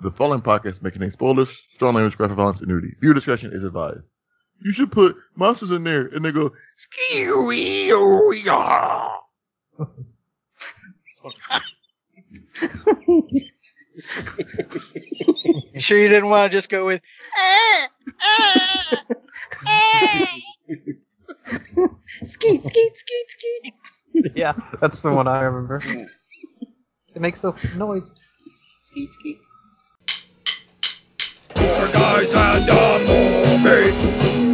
The following podcast may contain spoilers, strong language, graphic violence, and nudity. Viewer discretion is advised. You should put monsters in there and they go, Skew You sure you didn't want to just go with skeet, skeet, skeet, skeet. Yeah, that's the one I remember. It makes the noise. Skeet, skeet. Four guys and a movie.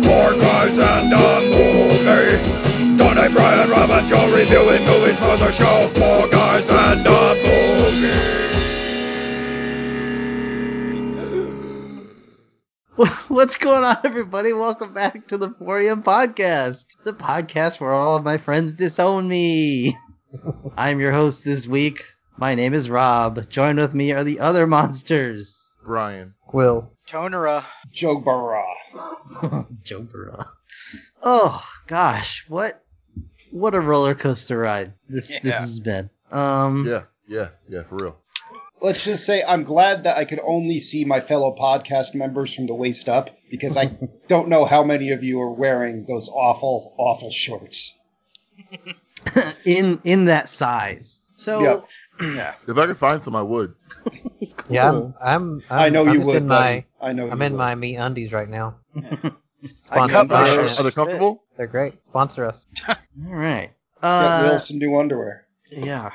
Four guys and a movie. Donnie, Brian, Rob, and Joe reviewing movies for the show. Four guys and a movie. What's going on, everybody? Welcome back to the Porium Podcast, the podcast where all of my friends disown me. I'm your host this week. My name is Rob. Joined with me are the other monsters. Brian. Quill. Tonera? Joe Barra. Joe Burrow. Oh gosh, what what a roller coaster ride this this Yeah. has been. Um, Yeah, yeah, yeah, for real. Let's just say I'm glad that I could only see my fellow podcast members from the waist up because I don't know how many of you are wearing those awful, awful shorts. in in that size. So Yep. Yeah. If I could find some, I would. Yeah, I'm. cool. I'm, I'm i know I'm you just would. In buddy. my, I know. I'm you in would. my me undies right now. I Sponsored cut by my Are, shirts. are they comfortable? They're great. Sponsor us. all right. Get Will Uh, some new underwear. yeah.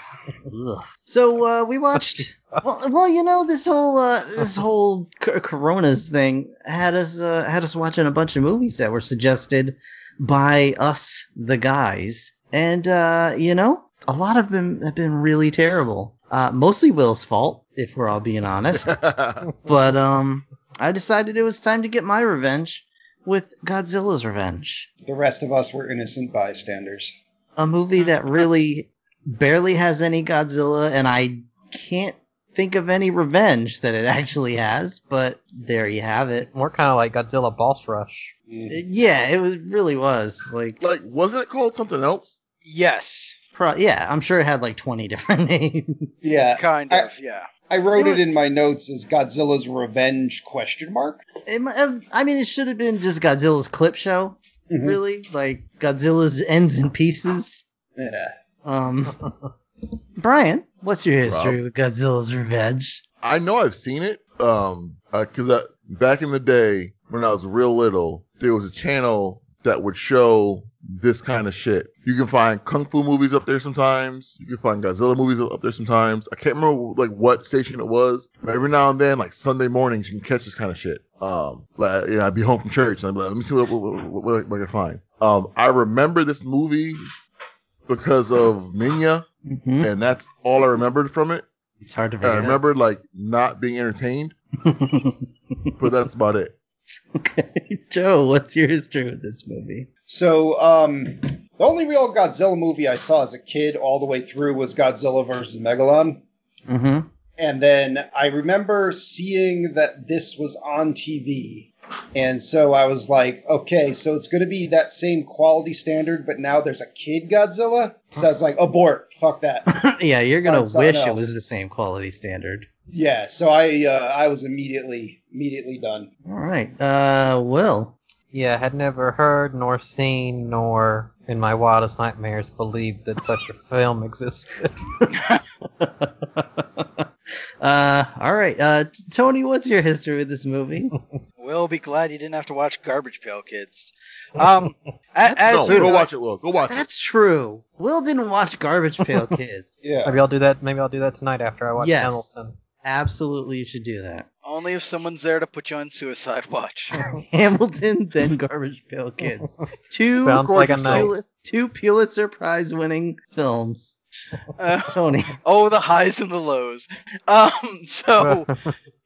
Ugh. So uh, we watched. Well, well, you know this whole uh, this whole c- Coronas thing had us uh, had us watching a bunch of movies that were suggested by us, the guys, and uh, you know a lot of them have been really terrible. Uh, mostly Will's fault, if we're all being honest. but um, I decided it was time to get my revenge with Godzilla's Revenge. The rest of us were innocent bystanders. a movie that really barely has any Godzilla, and I can't think of any revenge that it actually has. But there you have it. More kind of like Godzilla Boss Rush. Mm. Yeah, it was really was like, like, wasn't it called something else? Yes. pro- yeah, I'm sure it had like 20 different names. Yeah, Kind I- of, yeah. I wrote It was- it in my notes as Godzilla's Revenge question mark. It might have- I mean, it should have been just Godzilla's clip show, Mhm. Mm-hmm. really, like Godzilla's ends and pieces. Yeah. Um, Brian, what's your history Rob? with Godzilla's revenge? I know I've seen it. Um, because uh, back in the day when I was real little, there was a channel that would show this kind of shit. You can find kung fu movies up there sometimes. You can find Godzilla movies up there sometimes. I can't remember like what station it was, but every now and then, like Sunday mornings, you can catch this kind of shit. Um, like you know, I'd be home from church and I'd be like, let me see what, what, what, what, what I can find. Um, I remember this movie because of Minya, Mm-hmm. and that's all I remembered from it. It's hard to I forget. remember like not being entertained, but that's about it. okay, Joe, what's your history with this movie? So, um, the only real Godzilla movie I saw as a kid all the way through was Godzilla versus Megalon. Mm-hmm. And then I remember seeing that this was on TV. And so I was like, okay, so it's going to be that same quality standard, but now there's a kid Godzilla. So I was like, abort, fuck that. yeah, you're gonna Find something wish it else. was the same quality standard. yeah. So I, uh, I was immediately, immediately done. All right, uh, Will. Yeah, had never heard nor seen nor in my wildest nightmares believed that such a film existed. Uh, all right, uh, T- Tony, what's your history with this movie? We'll be glad you didn't have to watch Garbage Pail Kids. Um, a- as no, we go were- watch it, Will. Go watch it. That's true. Will didn't watch Garbage Pail Kids. Yeah. Maybe I'll do that. Maybe I'll do that tonight after I watch Yes. Hamilton. Absolutely, you should do that. only if someone's there to put you on suicide watch. Hamilton, then Garbage Pail Kids. Two, Sounds like a Pul- two Pulitzer Prize winning films. Uh, Tony. oh, the highs and the lows. Um, so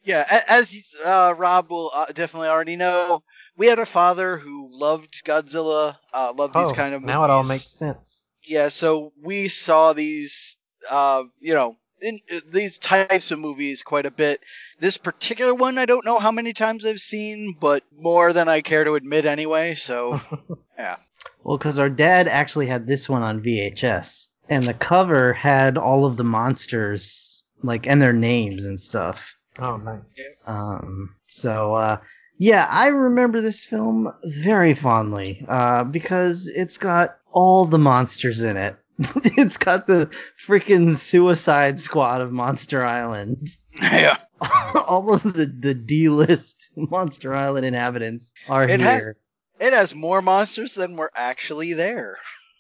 yeah, a- as uh, Rob will uh, definitely already know, we had a father who loved Godzilla, uh, loved oh, these kind of movies. now it all makes sense. yeah so we saw these uh you know in, uh, these types of movies quite a bit this particular one i don't know how many times i've seen but more than i care to admit anyway so Well, because our dad actually had this one on VHS, and the cover had all of the monsters, like, and their names and stuff. Oh, nice. Um, so, uh, yeah, I remember this film very fondly uh, because it's got all the monsters in it. it's got the freaking Suicide Squad of Monster Island. Yeah. all of the, the D list Monster Island inhabitants are It here. has- It has more monsters than were actually there.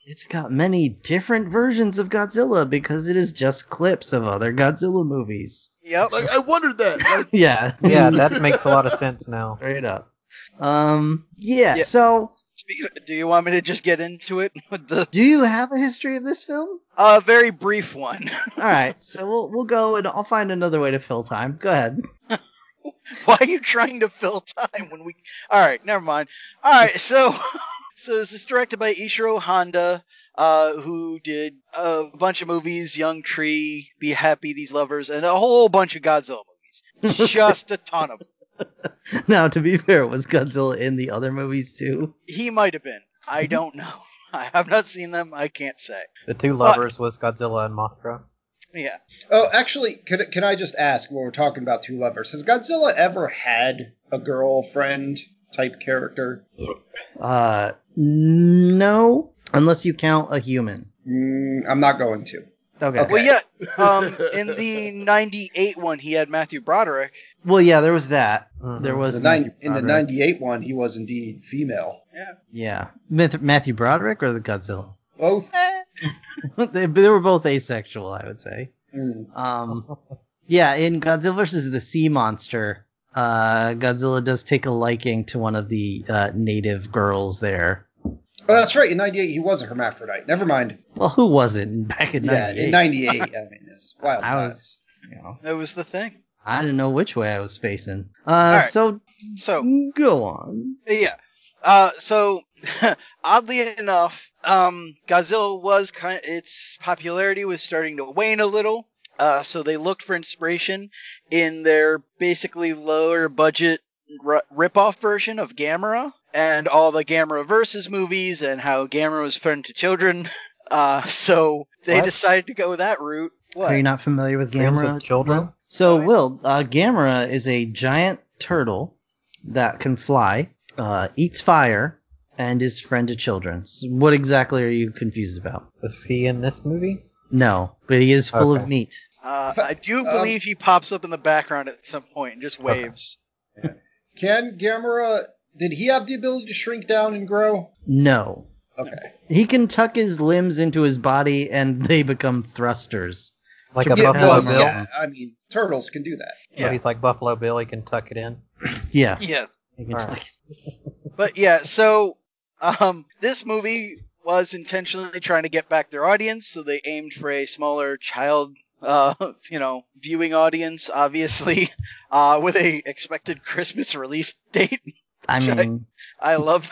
It's got many different versions of Godzilla because it is just clips of other Godzilla movies. Yep. Like I wondered that. Like, Yeah. Yeah, that makes a lot of sense now. Straight up. Um, yeah, Yeah. so Speaking of- do you want me to just get into it with the do you have a history of this film? uh, very brief one? All right, so we'll we'll go and I'll find another way to fill time. Go ahead. Why are you trying to fill time when we? All right, never mind. All right, so so this is directed by Ishiro Honda, uh, who did a bunch of movies: Young Tree, Be Happy, These Lovers, and a whole bunch of Godzilla movies. Just a ton of them. Now, to be fair, was Godzilla in the other movies too? He might have been. I don't know. I have not seen them. I can't say. The two lovers was Godzilla and Mothra. Yeah. Oh, actually, can, can I just ask when we're talking about two lovers, has Godzilla ever had a girlfriend type character? Uh, no, unless you count a human. Mm, I'm not going to. Okay. Okay. Well, yeah. Um, in the '98 one, he had Matthew Broderick. Well, yeah, there was that. Mhm. There was The nine, Matthew in the Broderick. 98 one, he was indeed female. Yeah, Math- Matthew Broderick or the Godzilla. Both. Eh, they, they were both asexual, I would say. Mm. Um, yeah, in Godzilla versus the Sea Monster, uh, Godzilla does take a liking to one of the uh, native girls there. Oh, that's right. In 98, he was a hermaphrodite. Never mind. Well, who wasn't back in Yeah, '98? in 98. I mean, it's wild. I times. was, you know, that was the thing. I didn't know which way I was facing. Uh, right. so So go on. Yeah. Uh, so, oddly enough, um, Godzilla was kind. its popularity was starting to wane a little. Uh, so they looked for inspiration in their basically lower budget r- rip-off version of Gamera and all the Gamera versus movies and how Gamera was fun to children. Uh, so they What? decided to go that route. Are you What? not familiar with Friends Gamera? with children. So, Will, uh, Gamera is a giant turtle that can fly, uh, eats fire, and is friend to children. So what exactly are you confused about? Was he in this movie? No, but he is full of Okay. meat. Uh, I do Um, believe he pops up in the background at some point and just waves. Can Gamera, did he have the ability to shrink down and grow? No. Okay. He can tuck his limbs into his body and they become thrusters. Like Yeah, a Buffalo well, Bill? yeah, I mean, turtles can do that. Yeah. he's like Buffalo Bill. He can tuck it in. Yeah. Yeah. He can All tuck right. it. but yeah, so um, this movie was intentionally trying to get back their audience, so they aimed for a smaller child, uh, you know, viewing audience, obviously, uh, with a expected Christmas release date. I Check. mean, I love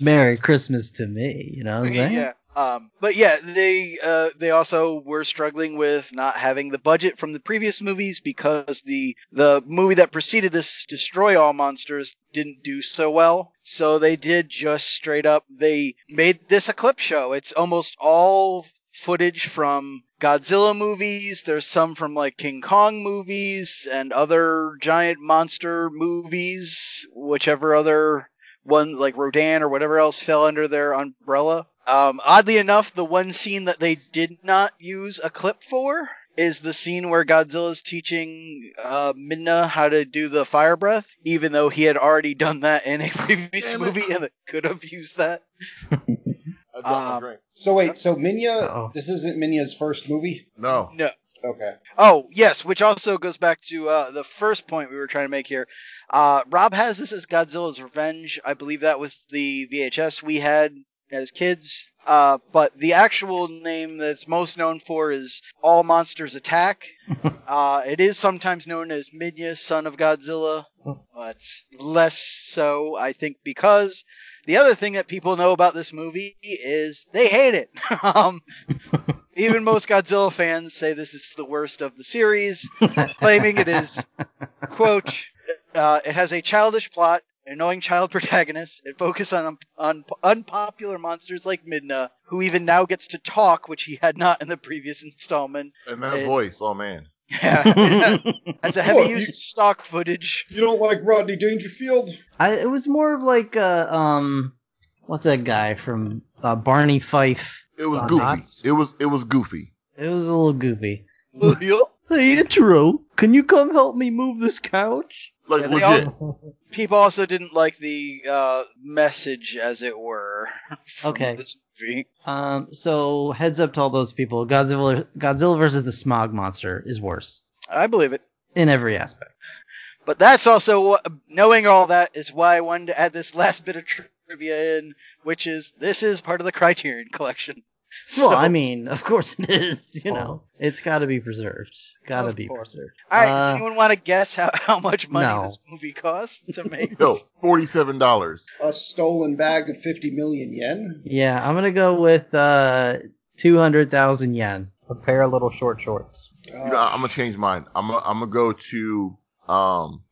Merry Christmas to me, you know what I'm saying? Yeah. Um, but yeah, they uh, they also were struggling with not having the budget from the previous movies because the the movie that preceded this, Destroy All Monsters, didn't do so well. So they did just straight up. They made this a clip show. It's almost all footage from Godzilla movies. There's some from like King Kong movies and other giant monster movies, whichever other one like Rodan or whatever else fell under their umbrella. Um, oddly enough, the one scene that they did not use a clip for is the scene where Godzilla's teaching uh, Minna how to do the fire breath, even though he had already done that in a previous Damn it. movie and they could have used that. I dropped my Um, drink. So wait, so Minya, Uh-oh. this isn't Minya's first movie? No. No. Okay. Oh, yes, which also goes back to uh, the first point we were trying to make here. Uh, Rob has this as Godzilla's Revenge. I believe that was the VHS we had as kids. Uh, but the actual name that's most known for is All Monsters Attack. uh, it is sometimes known as Midna, Son of Godzilla, but less so, I think, because the other thing that people know about this movie is they hate it. um, even most Godzilla fans say this is the worst of the series, claiming it is, quote, uh, it has a childish plot, an annoying child protagonist, and focus on, on unpopular monsters like Midna, who even now gets to talk, which he had not in the previous installment. And that It- voice, oh man. Yeah. That's a heavy What, use you- of stock footage. You don't like Rodney Dangerfield? I, it was more of like uh, um, what's that guy from uh, Barney Fife? It was Uh, goofy. knots? It was it was goofy. It was a little goofy. yeah, Hey, intro, can you come help me move this couch? Like Yeah, they legit. People also didn't like the uh, message, as it were. from Okay. This movie. Um, so heads up to all those people. Godzilla, Godzilla versus the Smog Monster is worse I believe it. in every aspect. But that's also what, knowing all that is why I wanted to add this last bit of trivia in, which is this is part of the Criterion collection. well, So- I mean, of course it is. You Oh. know, it's got to be preserved. Got to Of be course. preserved. All right, does Uh, anyone want to guess how, how much money no. this movie cost to make? No, forty seven dollars. A stolen bag of 50 million yen? yeah, I'm gonna go with uh, two hundred thousand yen. a pair of little short shorts. Uh, You know, I'm gonna change mine. I'm gonna, I'm gonna go to um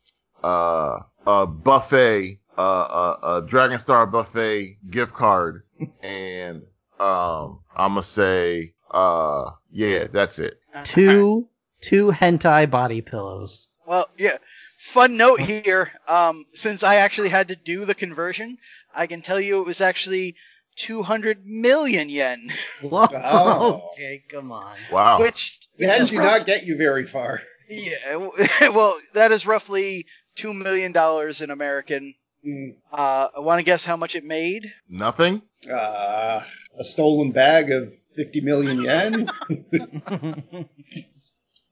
uh a buffet uh a, a Dragon Star buffet gift card, and um I'm gonna say uh yeah that's it. Two two hentai body pillows. Well, yeah. Fun note here. Um, since I actually had to do the conversion, I can tell you it was actually 200 million yen, Whoa. Wow. Oh, Okay, come on. Wow. which, which Yen is do rough- not get you very far. yeah. w- Well, that is roughly two million dollars in American. Mm, Uh, I want to guess how much it made. Nothing. Uh, a stolen bag of 50 million yen?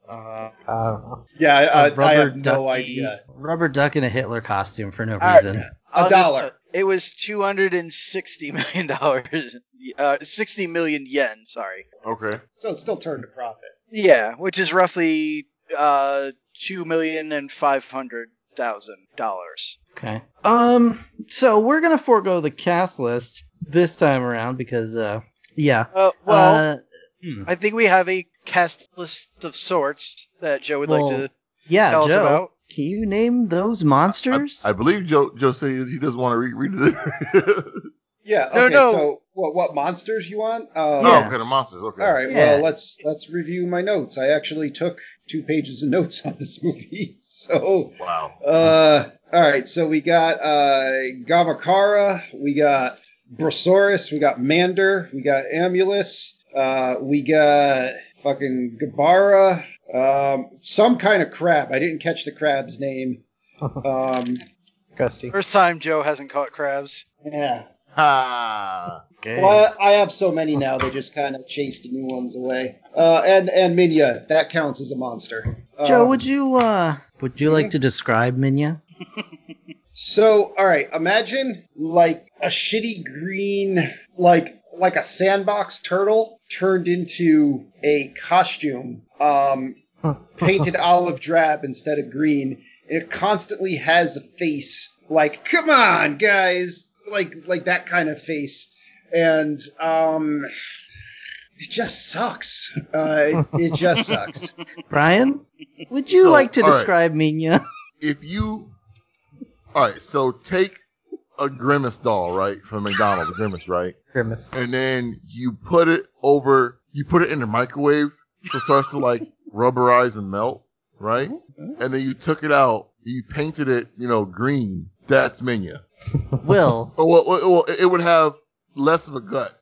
I don't know. yeah, I, Uh, A I, I have rubber no ducky- idea. Rubber duck in a Hitler costume for no right. reason. I'll just- dollar. it was 260 million dollars. Uh, 60 million yen. Sorry. Okay. So it's still turned to profit. Yeah, which is roughly uh, two million and five hundred thousand dollars. Okay. Um. So we're gonna forego the cast list this time around because, uh, yeah. Uh, well, Uh, hmm. I think we have a cast list of sorts that Joe would Well, like to. yeah, tell us Joe. about- Can you name those monsters? I believe Joe Joe said he doesn't want to re- read it. Yeah, okay, No, no. so what, what monsters you want? Um, No, Yeah. okay, the monsters. Okay. All right. Yeah. Well, let's let's review my notes. I actually took two pages of notes on this movie. So, Wow. uh, all right. So we got uh, Gavakara, we got Brosaurus, we got Mander, we got Amulus, uh, we got fucking Gabara, um, some kind of crab. I didn't catch the crab's name. Um, Gusty. First time Joe hasn't caught crabs. yeah. Ah. okay. Well, I have so many now. They just kind of chase the new ones away. Uh, and and Minya, that counts as a monster. Joe, Um, would you uh, would you like to describe Minya? So, all right, imagine like a shitty green, like like a sandbox turtle turned into a costume, um, painted olive drab instead of green. And it constantly has a face like, "Come on, guys!" Like like that kind of face, and um, it just sucks. Uh, it, it just sucks. Brian, would you So, like to all right. describe Minya? If you. All right. So take a grimace doll, right, from McDonald's, grimace, right, Grimace. and then you put it over. You put it in the microwave, so it starts to like rubberize and melt, right? Mm-hmm. And then you took it out. You painted it, you know, green. That's Minya. Will. Oh, well, well, well, it would have less of a gut.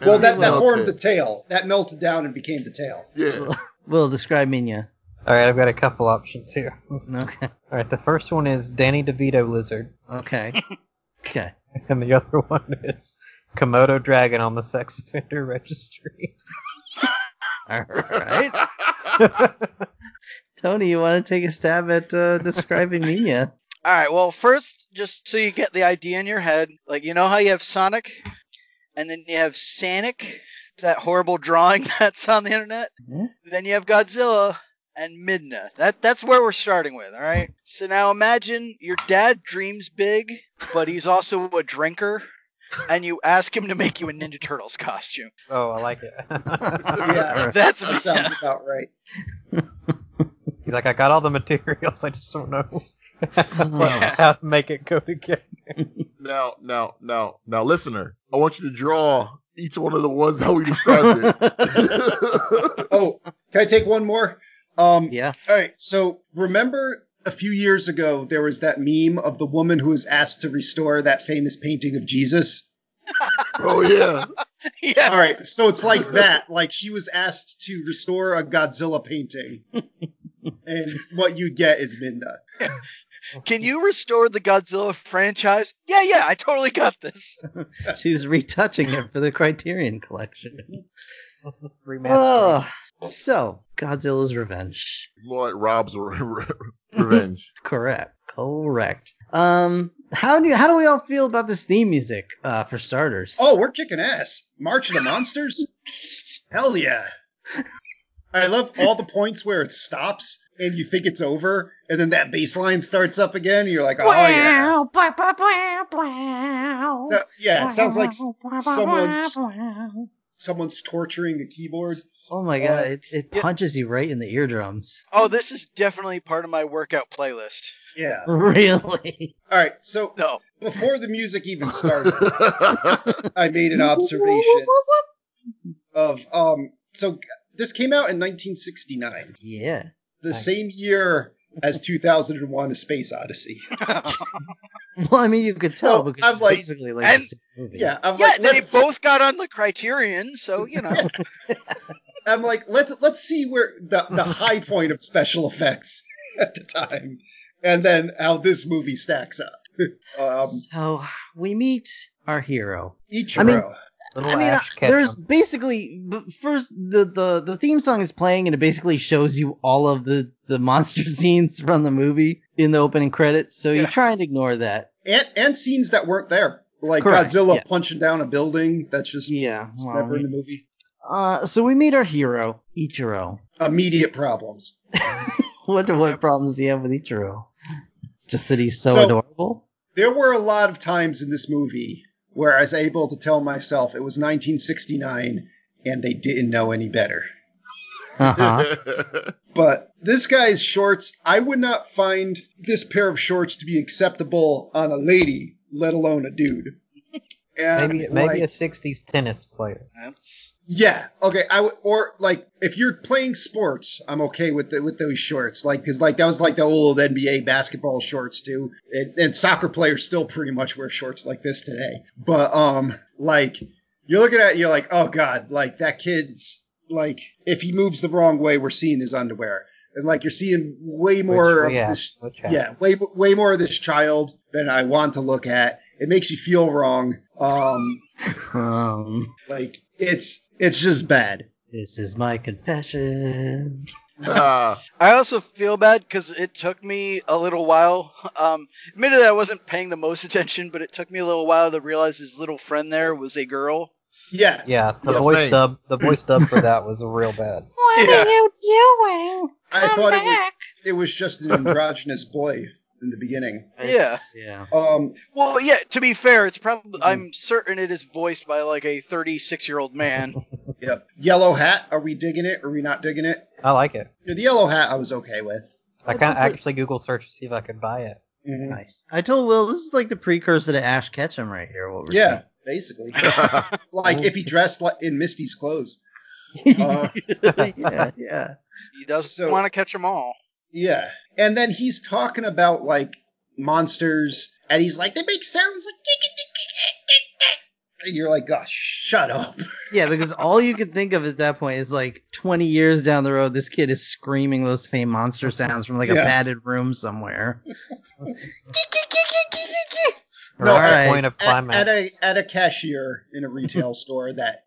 And Well, it that would that melt formed the it. tail. That melted down and became the tail. yeah. Will describe Minya. All right, I've got a couple options here. All Okay. right, the first one is Danny DeVito lizard, Okay. okay. and the other one is Komodo dragon on the sex offender registry. All right. Tony, you want to take a stab at uh, describing Minya? All right. Well, first, just so you get the idea in your head, like you know how you have Sonic, and then you have Sanic, that horrible drawing that's on the internet. Mhm. Then you have Godzilla and Midna. That that's where we're starting with. All right. So now imagine your dad dreams big, but he's also a drinker, and you ask him to make you a Ninja Turtles costume. Oh, I like it. Yeah. That's That sounds about right. He's like, I got all the materials, I just don't know Yeah. how to make it go together. Now, now, now, now, listener, I want you to draw each one of the ones how we described it. Oh, can I take one more? Um, Yeah. All right. So remember a few years ago, there was that meme of the woman who was asked to restore that famous painting of Jesus. Oh yeah, yeah. All right. So it's like that. Like she was asked to restore a Godzilla painting. and what you get is Minda. Can you restore the Godzilla franchise? Yeah, yeah, I totally got this. She's retouching it for the Criterion collection. Remastered. Oh, so Godzilla's Revenge. more like Rob's re- re- revenge. Correct. Correct. Um, how do you, how do we all feel about this theme music? Uh, for starters. Oh, we're kicking ass. March of the Monsters? Hell yeah. I love all the points where it stops and you think it's over, and then that bass line starts up again, and you're like, oh yeah. So- yeah, it sounds like s- someone's someone's torturing a keyboard. Oh my god, Uh, it, it yeah. punches you right in the eardrums. Oh, this is definitely part of my workout playlist. Yeah. Really? All right. So No. before the music even started, I made an observation of um. So this came out in 1969, yeah. the Nice. same year as 2001: A Space Odyssey. Well, I mean, you could tell So, because I'm it's like- basically like and- the same movie. Yeah. I'm yeah, like, they let's- both got on the Criterion, so you know. I'm like, let's let's see where the the high point of special effects at the time, and then how this movie stacks up. um, so we meet our hero. Ichiro. I mean, Little I mean, uh, Ash there's Ketchum. basically b- first the, the the theme song is playing and it basically shows you all of the the monster scenes from the movie in the opening credits. So you Yeah. try and ignore that. and and scenes that weren't there, like Correct, Godzilla yeah. punching down a building. That's just Yeah. it's well, never in the movie. uh, so we meet our hero Ichiro. Immediate problems. Wonder what problems do you have with Ichiro? It's just that he's so, So- adorable. There were a lot of times in this movie where I was able to tell myself it was 1969 and they didn't know any better. Uh-huh. But this guy's shorts, I would not find this pair of shorts to be acceptable on a lady, let alone a dude. And Maybe, like- maybe a 60s tennis player. That's- Yeah. Okay. I would, or like if you're playing sports, I'm okay with the, with those shorts. Like because like that was like the old NBA basketball shorts too, and, and soccer players still pretty much wear shorts like this today. But um, like you're looking at, it, you're like, oh god, like that kid's like if he moves the wrong way, we're seeing his underwear, and like you're seeing way more which, of yeah, this which yeah, way way more of this child than I want to look at. It makes you feel wrong. Um, um, like it's it's just bad. this is my confession. Ah, I also feel bad because it took me a little while. Um, admittedly, I wasn't paying the most attention, but it took me a little while to realize his little friend there was a girl. Yeah. Yeah, the Yeah, voice same. dub, the voice dub for that was real bad. What Yeah. are you doing? I Come thought it was, back. it was just an androgynous boy in the beginning. It's- Yeah. Um, Well, yeah. To be fair, it's probably I'm certain it is voiced by like a 36 year old man. yep. Yellow hat. Are we digging it? Are we not digging it? I like it. Yeah, the yellow hat I was okay with. I kind of actually Google search to see if I could buy it. Mhm. Nice. I told Will this is like the precursor to Ash Ketchum right here. What we're Yeah, basically. like if he dressed like in Misty's clothes. Uh, seeing. yeah, yeah. He doesn't So- want to catch them all. yeah. And then he's talking about like monsters, and he's like, they make sounds like. And you're like, gosh, shut up. Yeah, because all you could think of at that point is like 20 years down the road, this kid is screaming those same monster sounds from like a Yeah. padded room somewhere. Or No, at I- the point of At, climax. at a at a cashier in a retail store that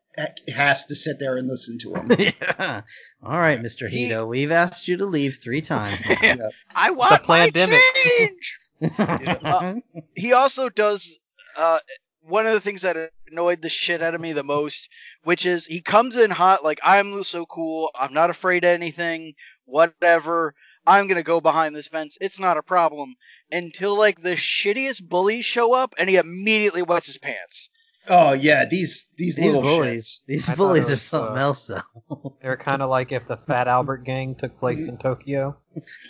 has to sit there and listen to him. yeah. All right, Mr. He- Hito, we've asked you to leave three times. I want my pandemic. change. Uh, he also does uh, one of the things that annoyed the shit out of me the most, which is he comes in hot like I'm so cool, I'm not afraid of anything, whatever. I'm gonna go behind this fence. It's not a problem until like the shittiest bullies show up and he immediately wets his pants. Oh yeah, these these, these little bullies, these I thought bullies it are was, something uh, else, though. They're kind of like if the Fat Albert gang took place in Tokyo.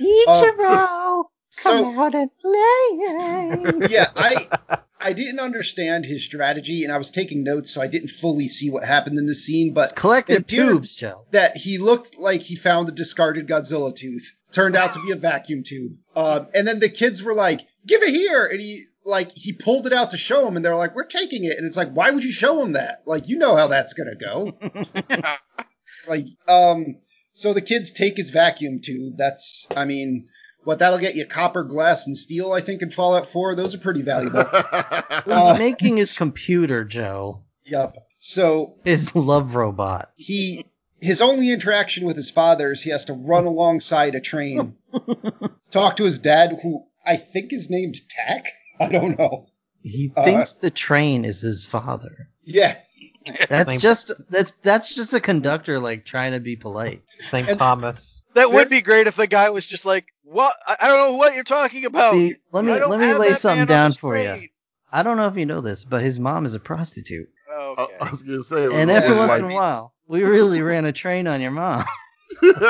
Ichiro. So out and play. yeah, I I didn't understand his strategy, and I was taking notes, so I didn't fully see what happened in the scene. It's But collective and dude- tubes, Joe. that he looked like he found a discarded Godzilla tooth, turned out to be a vacuum tube. Um, and then the kids were like, "Give it here!" And he like he pulled it out to show him, and they're like, "We're taking it." And it's like, why would you show him that? Like, you know how that's gonna go. like, um, so the kids take his vacuum tube. That's, I mean. What that'll get you copper, glass, and steel, I think, in Fallout 4. Those are pretty valuable. He's Uh, making his computer, Joe. yep. So His love robot. he his only interaction with his father is he has to run alongside a train, talk to his dad, who I think his name's Tack. I don't know. He Uh, thinks the train is his father. Yeah, That's Thank- just that's that's just a conductor like trying to be polite. St. And- Thomas. That would be great if the guy was just like, "What? I I don't know what you're talking about." See, let me I don't let me have lay that something man on down the for you. screen." I don't know if you know this, but his mom is a prostitute, Oh, I- Okay. I, was gonna say, it was and all every Yeah. once white in a while, we really ran a train on your mom.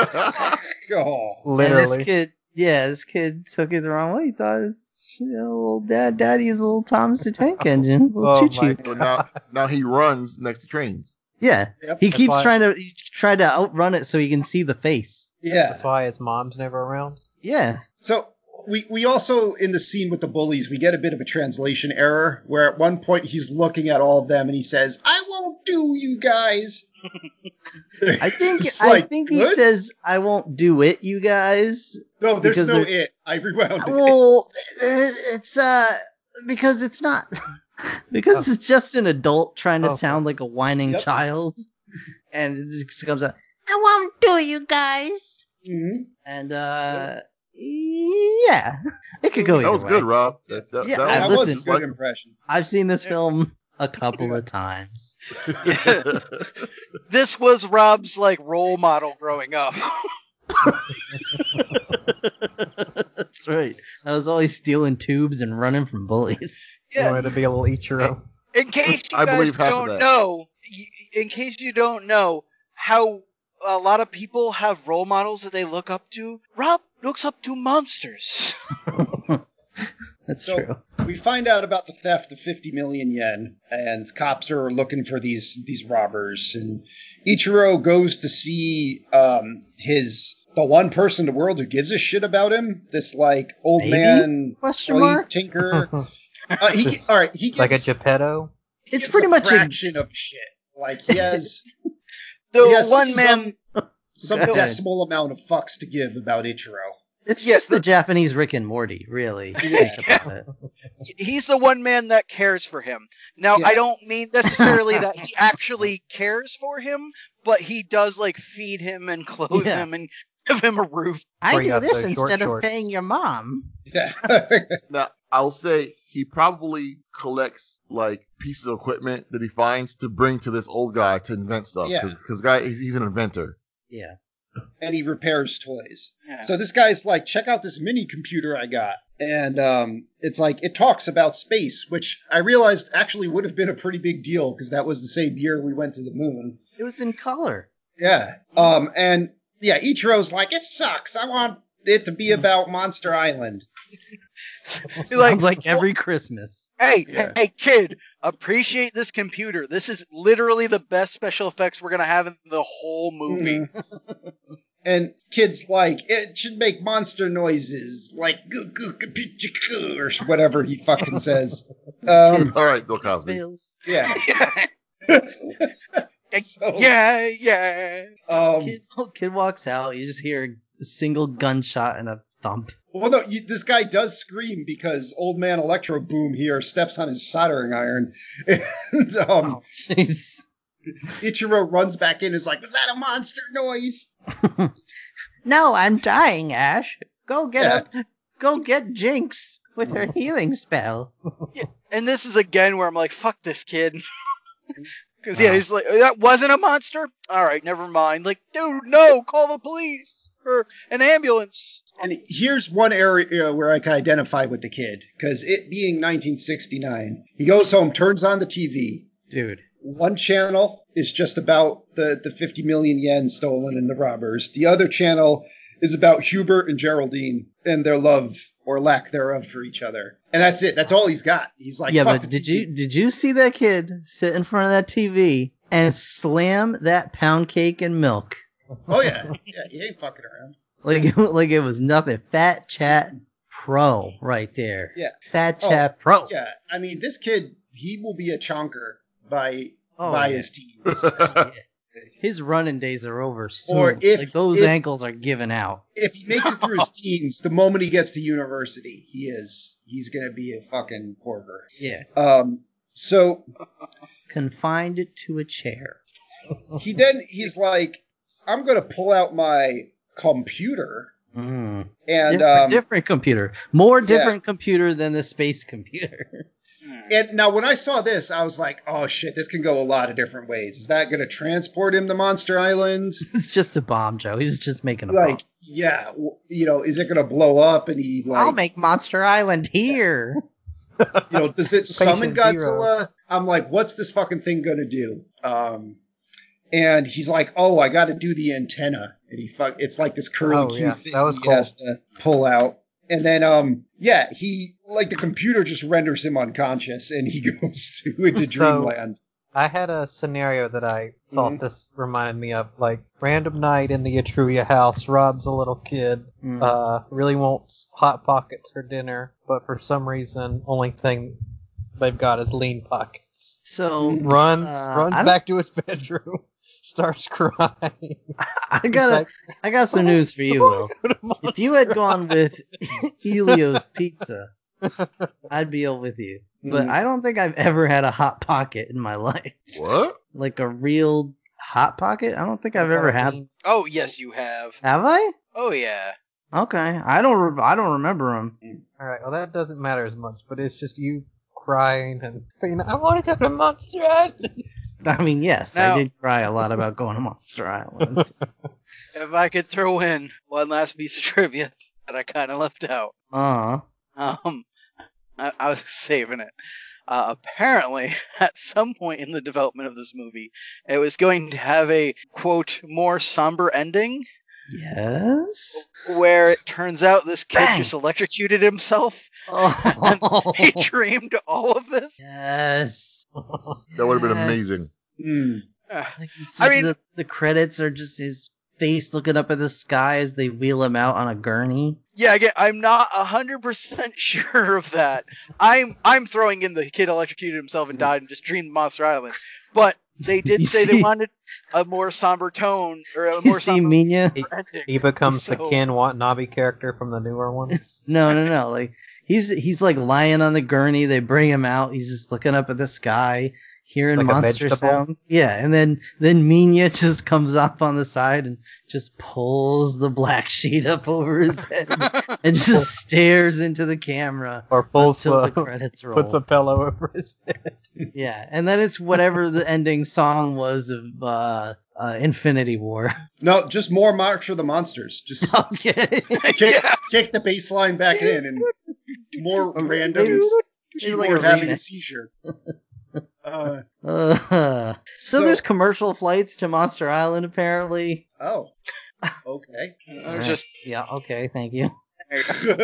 oh, And this Literally. kid, yeah, this kid took it the wrong way. He thought his you know, little dad, daddy is a little Thomas the Tank Engine, little Oh choo my choo. So now, now he runs next to trains. Yeah, Yep, he that's keeps why- trying to he tried to outrun it so he can see the face. yeah. That's why his mom's never around. Yeah, So we we also in the scene with the bullies we get a bit of a translation error where at one point he's looking at all of them and he says, "I won't do you guys." I think It's I like, think he what? says, "I won't do it, you guys." no. There's because no there's- it. I rewound it. Well, it's uh because it's not because it's just an adult trying to Oh. sound like a whining Oh. Yep. child, and it just comes out. I won't do you guys. Mhm. And uh yeah, it could go either That was way. good, Rob. That, that, Yeah, that I was That was a listen. just good like- impression. I've seen this film a couple of times. This was Rob's like role model growing up. That's right. I was always stealing tubes and running from bullies. You yeah. wanted to be a little Ichiro. In case you I guys believe half of don't that. know, y- in case you don't know how a lot of people have role models that they look up to, Rob looks up to monsters. That's So- true. we find out about the theft of 50 million yen and cops are looking for these these robbers and ichiro goes to see um his the one person in the world who gives a shit about him this like old Maybe? man Question toy mark? tinker uh, he, gi- all right he gives like a Geppetto. he It's gives pretty a much a- fraction of shit like he has The he has one man some, some Go ahead. decimal amount of fucks to give about ichiro It's Yes, just the Japanese Rick and Morty, really. if you think about it. he's the one man that cares for him. Now, Yeah. I don't mean necessarily that he actually cares for him, but he does like feed him and clothe Yeah. him and give him a roof. I Bring do up this those short instead of shorts. paying your mom. now, I'll say he probably collects like pieces of equipment that he finds to bring to this old guy to invent stuff. Yeah. Because guy, he's, he's an inventor. Yeah. and he repairs toys Yeah. So this guy's like, check out this mini computer I got. And um, it's like, it talks about space, which I realized actually would have been a pretty big deal because that was the same year we went to the moon. It was in color. Yeah. Um, and yeah, Ichiro's like, it sucks. I want it to Hmm. be about Monster Island. He's Sounds like, every Christmas. Hey, Yeah. hey, kid, appreciate this computer. This is literally the best special effects we're going to have in the whole Mm-hmm. movie. Hmm. and kids like, it should make monster noises, like goo goo goo, goo, goo, goo," or whatever he fucking says. Um, All right, Bill Cosby. Bills. yeah. So, yeah, yeah. Um, Kid, oh, kid walks out. You just hear a single gunshot and a thump. Well, no, you, this guy does scream because old man Electro Boom here steps on his soldering iron, and um, Oh, jeez. Ichiro runs back in. and Is like, was that a monster noise? No, I'm dying, Ash. Go get Yeah. up. Go get Jinx with her healing spell. And this is again where I'm like, fuck this kid. Because, yeah, Wow. he's like, "Oh, that wasn't a monster? All right, never mind. Like, dude, no, call the police or an ambulance. And here's one area where I can identify with the kid because it being 1969, he goes home, turns on the TV. Dude. One channel is just about the the 50 million yen stolen and the robbers. The other channel is about Hubert and Geraldine and their love or lack thereof for each other. And that's it. That's all he's got. He's like, yeah, but "Fuck the did TV." you did you see that kid sit in front of that TV and slam that pound cake and milk Oh yeah, yeah. He ain't fucking around. like it, like it was nothing? Fat Chat Pro right there. Yeah. Fat Oh, Chat Pro. Yeah, I mean, this kid, he will be a chonker by Oh, by yeah. his teens. His running days are over soon. Or if- like those if- ankles are giving out. if he makes it through his teens, the moment he gets to university, he is he's gonna be a fucking porker. Yeah. Um, so Confined it to a chair. he then he's like, I'm gonna pull out my computer Mm. and different, um, different computer. More yeah. different computer than the space computer. And now, when I saw this, I was like, "Oh shit, this can go a lot of different ways. Is that going to transport him to Monster Island? it's just a bomb, Joe. He's just making a bomb. Like, yeah, w- you know, is it going to blow up? And he I'll like, make Monster Island here. you know, does it summon Patient Godzilla? zero. I'm like, what's this fucking thing going to do? Um, and he's like, "Oh, I got to do the antenna." And he fuck, it's like this curly Oh, Q yeah, thing that was he cool. has to pull out. And then, um, yeah, he like the computer just renders him unconscious, and he goes to into So- dreamland. I had a scenario that I thought Mhm. this reminded me of. Like, random night in the Etruria house, Rob's a little kid, uh, really wants Hot Pockets for dinner, but for some reason, only thing they've got is Lean Pockets. Mm-hmm. so Runs, Uh, I runs don't- back to his bedroom, starts crying. I got a, I got Oh. some news for you, Will. If you had gone with Elio's Pizza, I'd be ill with you. Mm. Mm. But I don't think I've ever had a hot pocket in my life, What? like a real hot pocket. I don't think I've ever had. Oh yes, you have. Have I? Oh yeah. Okay, I don't. Re- I don't remember him. All right. Well, that doesn't matter as much, but it's just you crying and saying, "I want to go to Monster Island." I mean, yes, Now- I did cry a lot about going to Monster Island. If I could throw in one last piece of trivia that I kind of left out. Uh Um, I, I was saving it. Uh, apparently, at some point in the development of this movie, it was going to have a quote more somber ending, yes. where it turns out this kid Bang. just electrocuted himself. Oh, He dreamed all of this. yes. That would've been Yes. amazing. Mm. Uh, Like you see I mean- the, the credits are just his face looking up at the sky as they wheel him out on a gurney. Yeah, again, I'm not hundred percent sure of that. I'm I'm throwing in the kid electrocuted himself and died and just dreamed Monster Island, but they did You say see- they wanted a more somber tone or a You more see somber Mina? ending. He becomes the So- Ken Watanabe character from the newer ones. No, no, no. Like he's he's like lying on the gurney. They bring him out. He's just looking up at the sky, hearing Like a monster vegetable? sounds. Yeah, and then then Mina just comes up on the side and just pulls the black sheet up over his head and just stares into the camera or pulls until the the, credits roll. puts a pillow over his head. Yeah, and then it's whatever the ending song was of uh, uh, Infinity War. No, just more march for the monsters. Just okay. kick, kick the bass line back in and more random Maybe- keyboard like a having a remix. seizure. Uh, Uh, so, So- there's commercial flights to Monster Island, apparently. oh, okay. I'm just yeah. Okay, thank you. All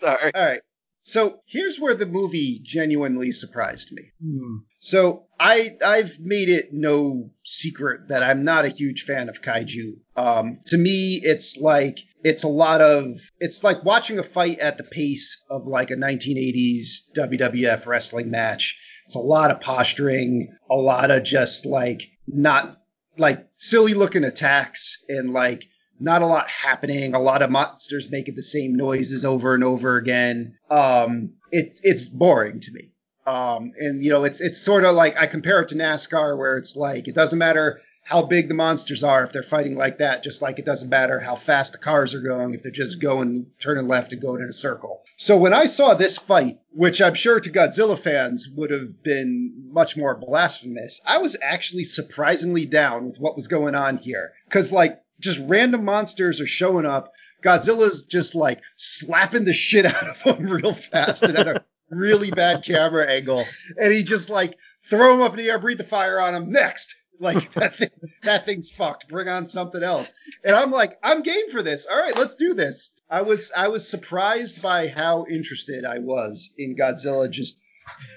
sorry. right. So here's where the movie genuinely surprised me. Hmm. So I I've made it no secret that I'm not a huge fan of kaiju. Um, to me, it's like it's a lot of it's like watching a fight at the pace of like a 1980s WWF wrestling match. It's a lot of posturing, a lot of just like not like silly looking attacks and like not a lot happening. A lot of monsters making the same noises over and over again. Um, it it's boring to me. Um, and you know, it's it's sort of like I compare it to NASCAR, where it's like it doesn't matter how big the monsters are if they're fighting like that, just like it doesn't matter how fast the cars are going if they're just going turning left and going in a circle. So when I saw this fight, which I'm sure to Godzilla fans would have been much more blasphemous, I was actually surprisingly down with what was going on here because like. Just random monsters are showing up. Godzilla's just like slapping the shit out of them real fast and at a really bad camera angle, and he just like throw him up in the air, breathe the fire on him. Next, Like that thing, that thing's fucked. Bring on something else. And I'm like, I'm game for this. All right, let's do this. I was I was surprised by how interested I was in Godzilla just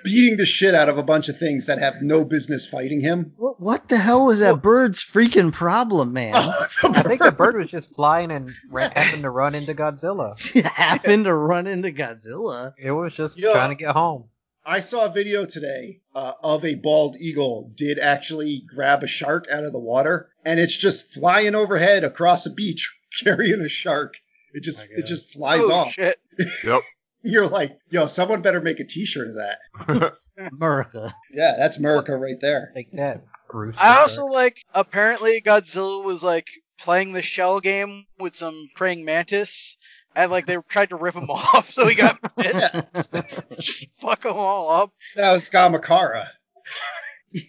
beating the shit out of a bunch of things that have no business fighting him. What, what the hell was that bird's freaking problem, man? I think the bird was just flying and ran, happened to run into Godzilla. She happened to run into Godzilla. It was just Yeah. trying to get home. I saw a video today uh, of a bald eagle did actually grab a shark out of the water, and it's just flying overhead across a beach carrying a shark. It just My it God. just flies oh, off. shit. Yep. You're like, yo, someone better make a T-shirt of that. America. Yeah, that's America right there. Take that, Bruce. I also like apparently Godzilla was like playing the shell game with some praying mantis, and like they tried to rip him off, so he got just fuck them all up. That was Gamakara.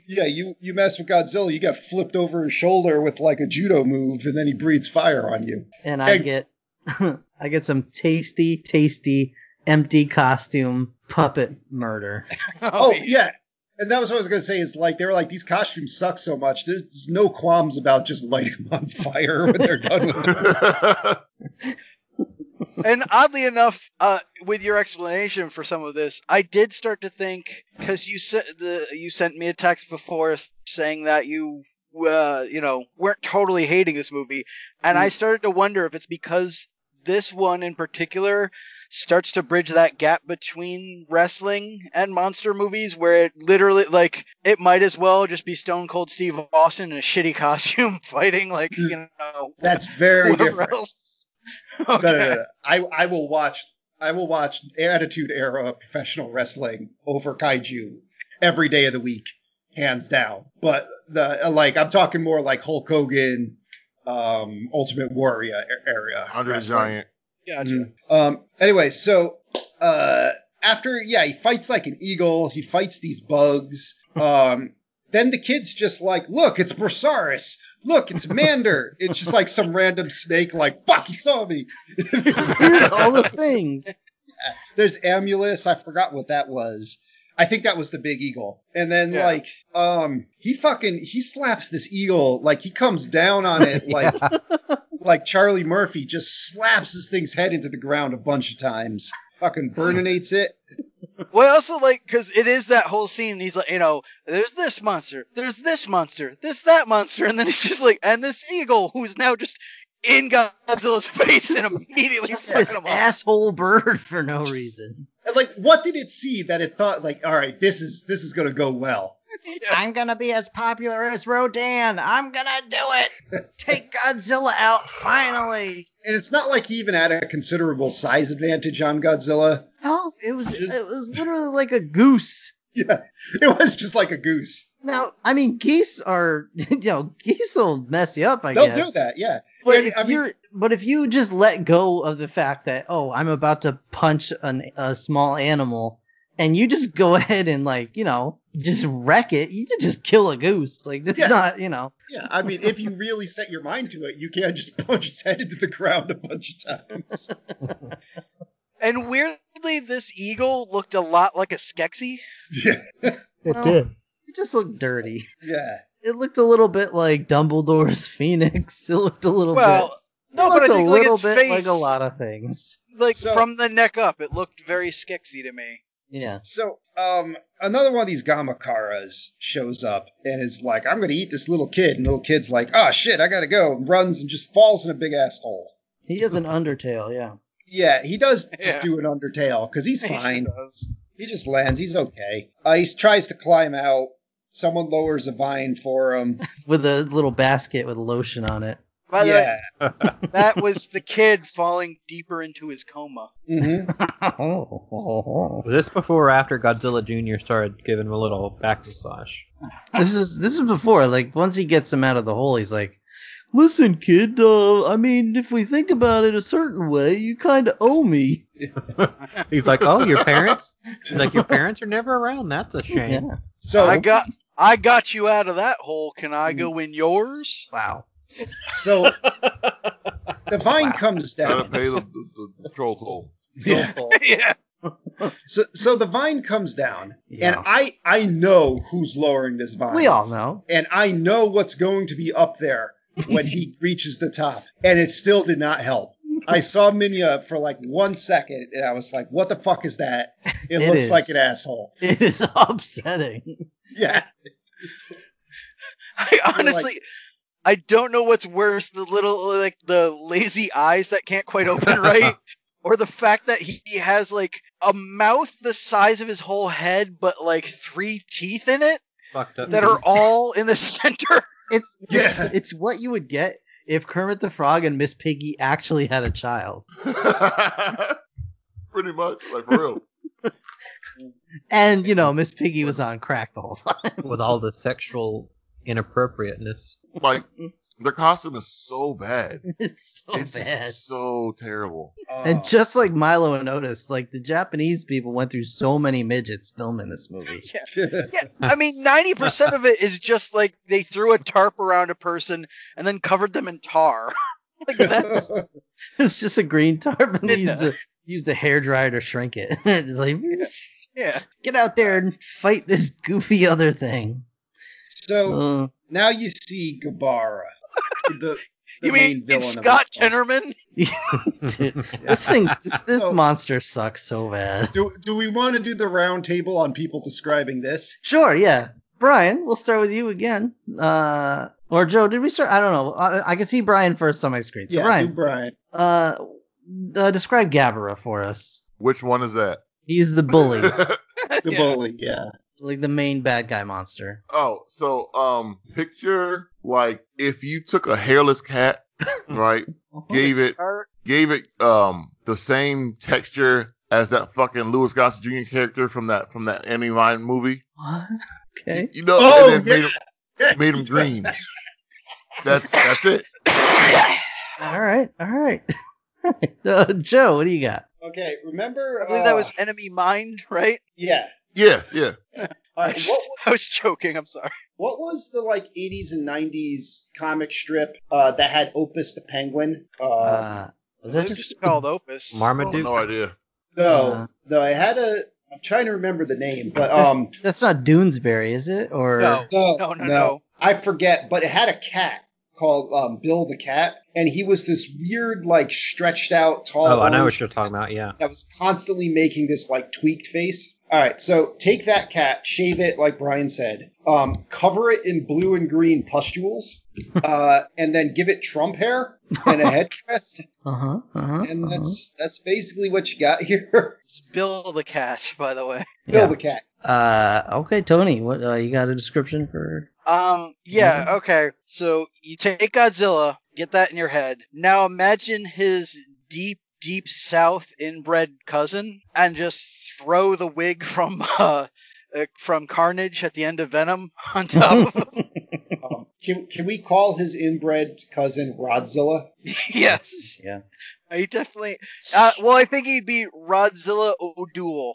yeah, you you mess with Godzilla, you get flipped over his shoulder with like a judo move, and then he breathes fire on you. And I Hey. get I get some tasty, tasty, empty costume puppet murder. Oh yeah. And that was what I was gonna say is like they were like these costumes suck so much. There's, there's no qualms about just lighting them on fire when they're done with them. and oddly enough, uh, with your explanation for some of this, I did start to think because you sent the you sent me a text before saying that you uh, you know weren't totally hating this movie, and Mm. I started to wonder if it's because this one in particular starts to bridge that gap between wrestling and monster movies where it literally like it might as well just be stone cold steve austin in a shitty costume fighting like you know That's Mm. very whoever different. else No, no, no, no. I I will watch I will watch Attitude Era professional wrestling over kaiju every day of the week, hands down. But the uh, like I'm talking more like Hulk Hogan, um, Ultimate Warrior a- area. Andre the wrestling. Giant. Gotcha. Mm. Um, anyway, so uh, after yeah, he fights like an eagle. He fights these bugs. Um, then the kid's just like, look, it's Brosaurus. Look, it's Mander. it's just like some random snake. Like fuck, he saw me. All the things. There's Amulus. I forgot what that was. I think that was the big eagle. And then Yeah. like, um, he fucking he slaps this eagle. Like he comes down on it. Like like Charlie Murphy just slaps this thing's head into the ground a bunch of times. Fucking burninates it. Well, I also like because it is that whole scene. He's like, you know, there's this monster, there's this monster, there's that monster, and then he's just like, and this eagle who's now just in Godzilla's face and immediately Just fucking this him up. asshole bird for no reason. And, like, what did it see that it thought like, all right, this is this is gonna go well? Yeah. I'm gonna be as popular as Rodan. I'm gonna do it. Take Godzilla out finally. And it's not like he even had a considerable size advantage on Godzilla. No, it was it was literally like a goose. Yeah, it was just like a goose. Now, I mean, geese are you know geese will mess you up. I They'll guess do that. Yeah, But I mean- if I mean- you're, but if you just let go of the fact that oh, I'm about to punch an, a small animal, and you just go ahead and like you know just wreck it, you can just kill a goose. Like this Yeah. is not you know yeah. I mean, if you really set your mind to it, you can't just punch its head into the ground a bunch of times. And weirdly, this eagle looked a lot like a Skeksis. Yeah, It Well, did. it just looked dirty. yeah. It looked a little bit like Dumbledore's phoenix. It looked a little Well, bit. no, it but I looked think a like little its bit face, like a lot of things. like, So- from the neck up, it looked very Skeksis to me. Yeah. So, um, another one of these Gamakaras shows up and is like, "I'm gonna eat this little kid," and the little kid's like, "Ah, shit, I gotta go," and runs and just falls in a big asshole. He has an undertale, yeah. Yeah, he does just Yeah. do an undertale because he's He sure fine. does. He just lands. He's okay. Uh, he tries to climb out. Someone lowers a vine for him. With a little basket with lotion on it. By the yeah. way, that was the kid falling deeper into his coma. hmm Was this before or after Godzilla Jr. started giving him a little back massage? this is this is before. Like once he gets him out of the hole, he's like, Listen, kid, uh, I mean, if we think about it a certain way, you kinda owe me. He's like, "Oh, your parents? She's like, your parents are never around. That's a shame." Yeah. So I got I got you out of that hole. Can I go in yours? Wow. so the vine comes Gotta down. pay the, the, the troll toll. Yeah. yeah. So, so the vine comes down, Yeah. and I I know who's lowering this vine. we all know. and I know what's going to be up there when he reaches the top. And it still did not help. I saw Minya for like one second and I was like, what the fuck is that? It, It looks is. like an asshole. It is upsetting. Yeah. I honestly, I don't know what's worse: the little like the lazy eyes that can't quite open right, or the fact that he, he has like a mouth the size of his whole head, but like three teeth in it Fucked up. that are all in the center. It's it's, Yeah. it's what you would get if Kermit the Frog and Miss Piggy actually had a child. Pretty much, like for real. And you know, Miss Piggy was on crack the whole time. with all the sexual inappropriateness. Like their costume is so bad. It's so it's just bad. so terrible. And just like Milo and Otis, like the Japanese people went through so many midgets filming this movie. Yeah, I mean, ninety percent of it is just like they threw a tarp around a person and then covered them in tar. like that's It's just a green tarp and they Yeah. used a, used a hairdryer to shrink it. it's like, yeah. get out there and fight this goofy other thing. so Uh, now you see Gabara, the, the You main mean villain of Scott this film. Tenorman? dude, this thing, this, this So- monster sucks so bad. Do, do we want to do the round table on people describing this? Sure, yeah. Brian, we'll start with you again. Uh, or Joe, did we start? I don't know. I, I can see Brian first on my screen. So, yeah, do Brian, Brian. uh, uh, describe Gavra for us. Which one is that? He's the bully, The bully, yeah. like the main bad guy monster. oh, so um, picture like if you took a hairless cat, right? gave it Or- gave it um the same texture as that fucking Louis Gossett Jr. character from that from that Emmy Vine movie. What? You, Okay. you know, Oh, and then yeah. made, him, made him green. That's that's it. All right. All right. uh, Joe, what do you got? Okay, remember? I believe that uh, was Enemy Mind, right? Yeah. Yeah, yeah. All right, what, I was joking. I'm sorry. What was the like 80s and 90s comic strip uh, that had Opus the Penguin? Uh, Uh, was that It was just called Opus? Marmaduke. No idea. no, uh. no, I had a. I'm trying to remember the name, but um, that's not Doonesbury, is it? Or No, no, no, no, I forget, but it had a cat called um, Bill the Cat, and he was this weird, like stretched out, tall. Oh, I know orange what you're talking about. Yeah. that was constantly making this like tweaked face. All right, so take that cat, shave it, like Brian said, um, cover it in blue and green pustules, uh, and then give it Trump hair and a head crest, Uh huh. Uh huh. and that's that's basically what you got here. It's Bill the Cat, by the way. Bill the cat. Uh, okay, Tony, what uh, you got a description for? Um, yeah, Mm-hmm. okay. So you take Godzilla, get that in your head. Now imagine his deep, deep South inbred cousin, and just throw the wig from uh, uh from Carnage at the end of Venom on top. of him. Um, can can we call his inbred cousin Rodzilla? yes, Yeah. he definitely. Uh, well, I think he'd be Rodzilla O'Doul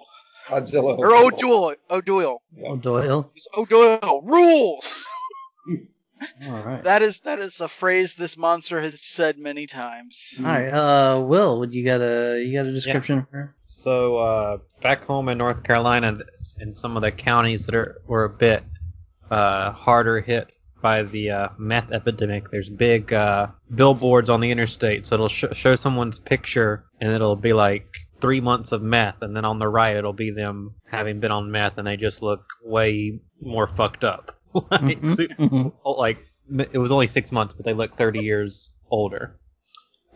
Rodzilla. or O'Doul O'Doul. O'Doyle. It's O'Doul rules. All right. That is that is a phrase this monster has said many times. All right. Uh, Will, would you got a you got a description for? So uh, back home in North Carolina, th- in some of the counties that are, were a bit uh, harder hit by the uh, meth epidemic, there's big uh, billboards on the interstate. So it'll sh- show someone's picture, and it'll be like three months of meth, and then on the right it'll be them having been on meth, and they just look way more fucked up. like, Mhm. su- oh, like m- it was only six months, but they look 30 years older.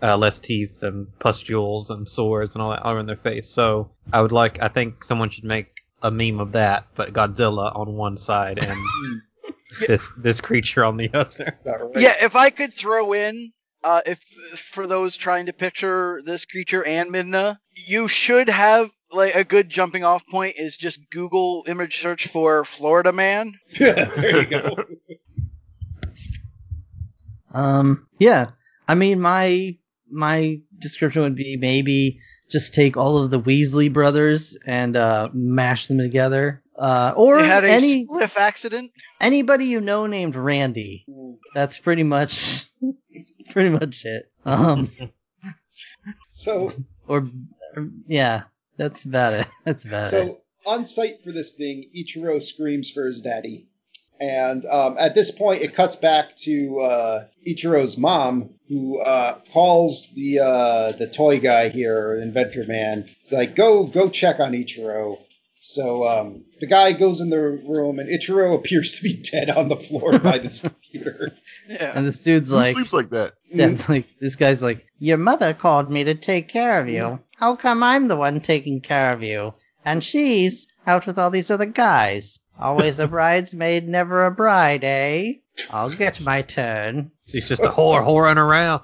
Uh, less teeth and pustules and sores and all that all in their face. So I would like, I think someone should make a meme of that, but Godzilla on one side and this this creature on the other. About right. Yeah, if I could throw in, uh, if for those trying to picture this creature and Midna, you should have like a good jumping off point is just Google image search for Florida Man. there you go. Um, yeah. I mean, my my description would be maybe just take all of the Weasley brothers and uh, mash them together, uh, or They had a any spliff accident. anybody you know named Randy. That's pretty much pretty much it. Um, So or or- yeah, That's about it. That's about it. So on site for this thing, Ichiro screams for his daddy, and um, at this point, it cuts back to uh, Ichiro's mom, who uh, calls the uh, the toy guy here, inventor man. It's like, go go check on Ichiro. So um, the guy goes in the room, and Ichiro appears to be dead on the floor by this computer. Yeah. And this dude's Who like, sleeps like that? Mm. That's like this guy's like, Your mother called me to take care of you. Mm. How come I'm the one taking care of you? And she's out with all these other guys. Always a bridesmaid, never a bride, eh? I'll get my turn. She's just a whore whoring around.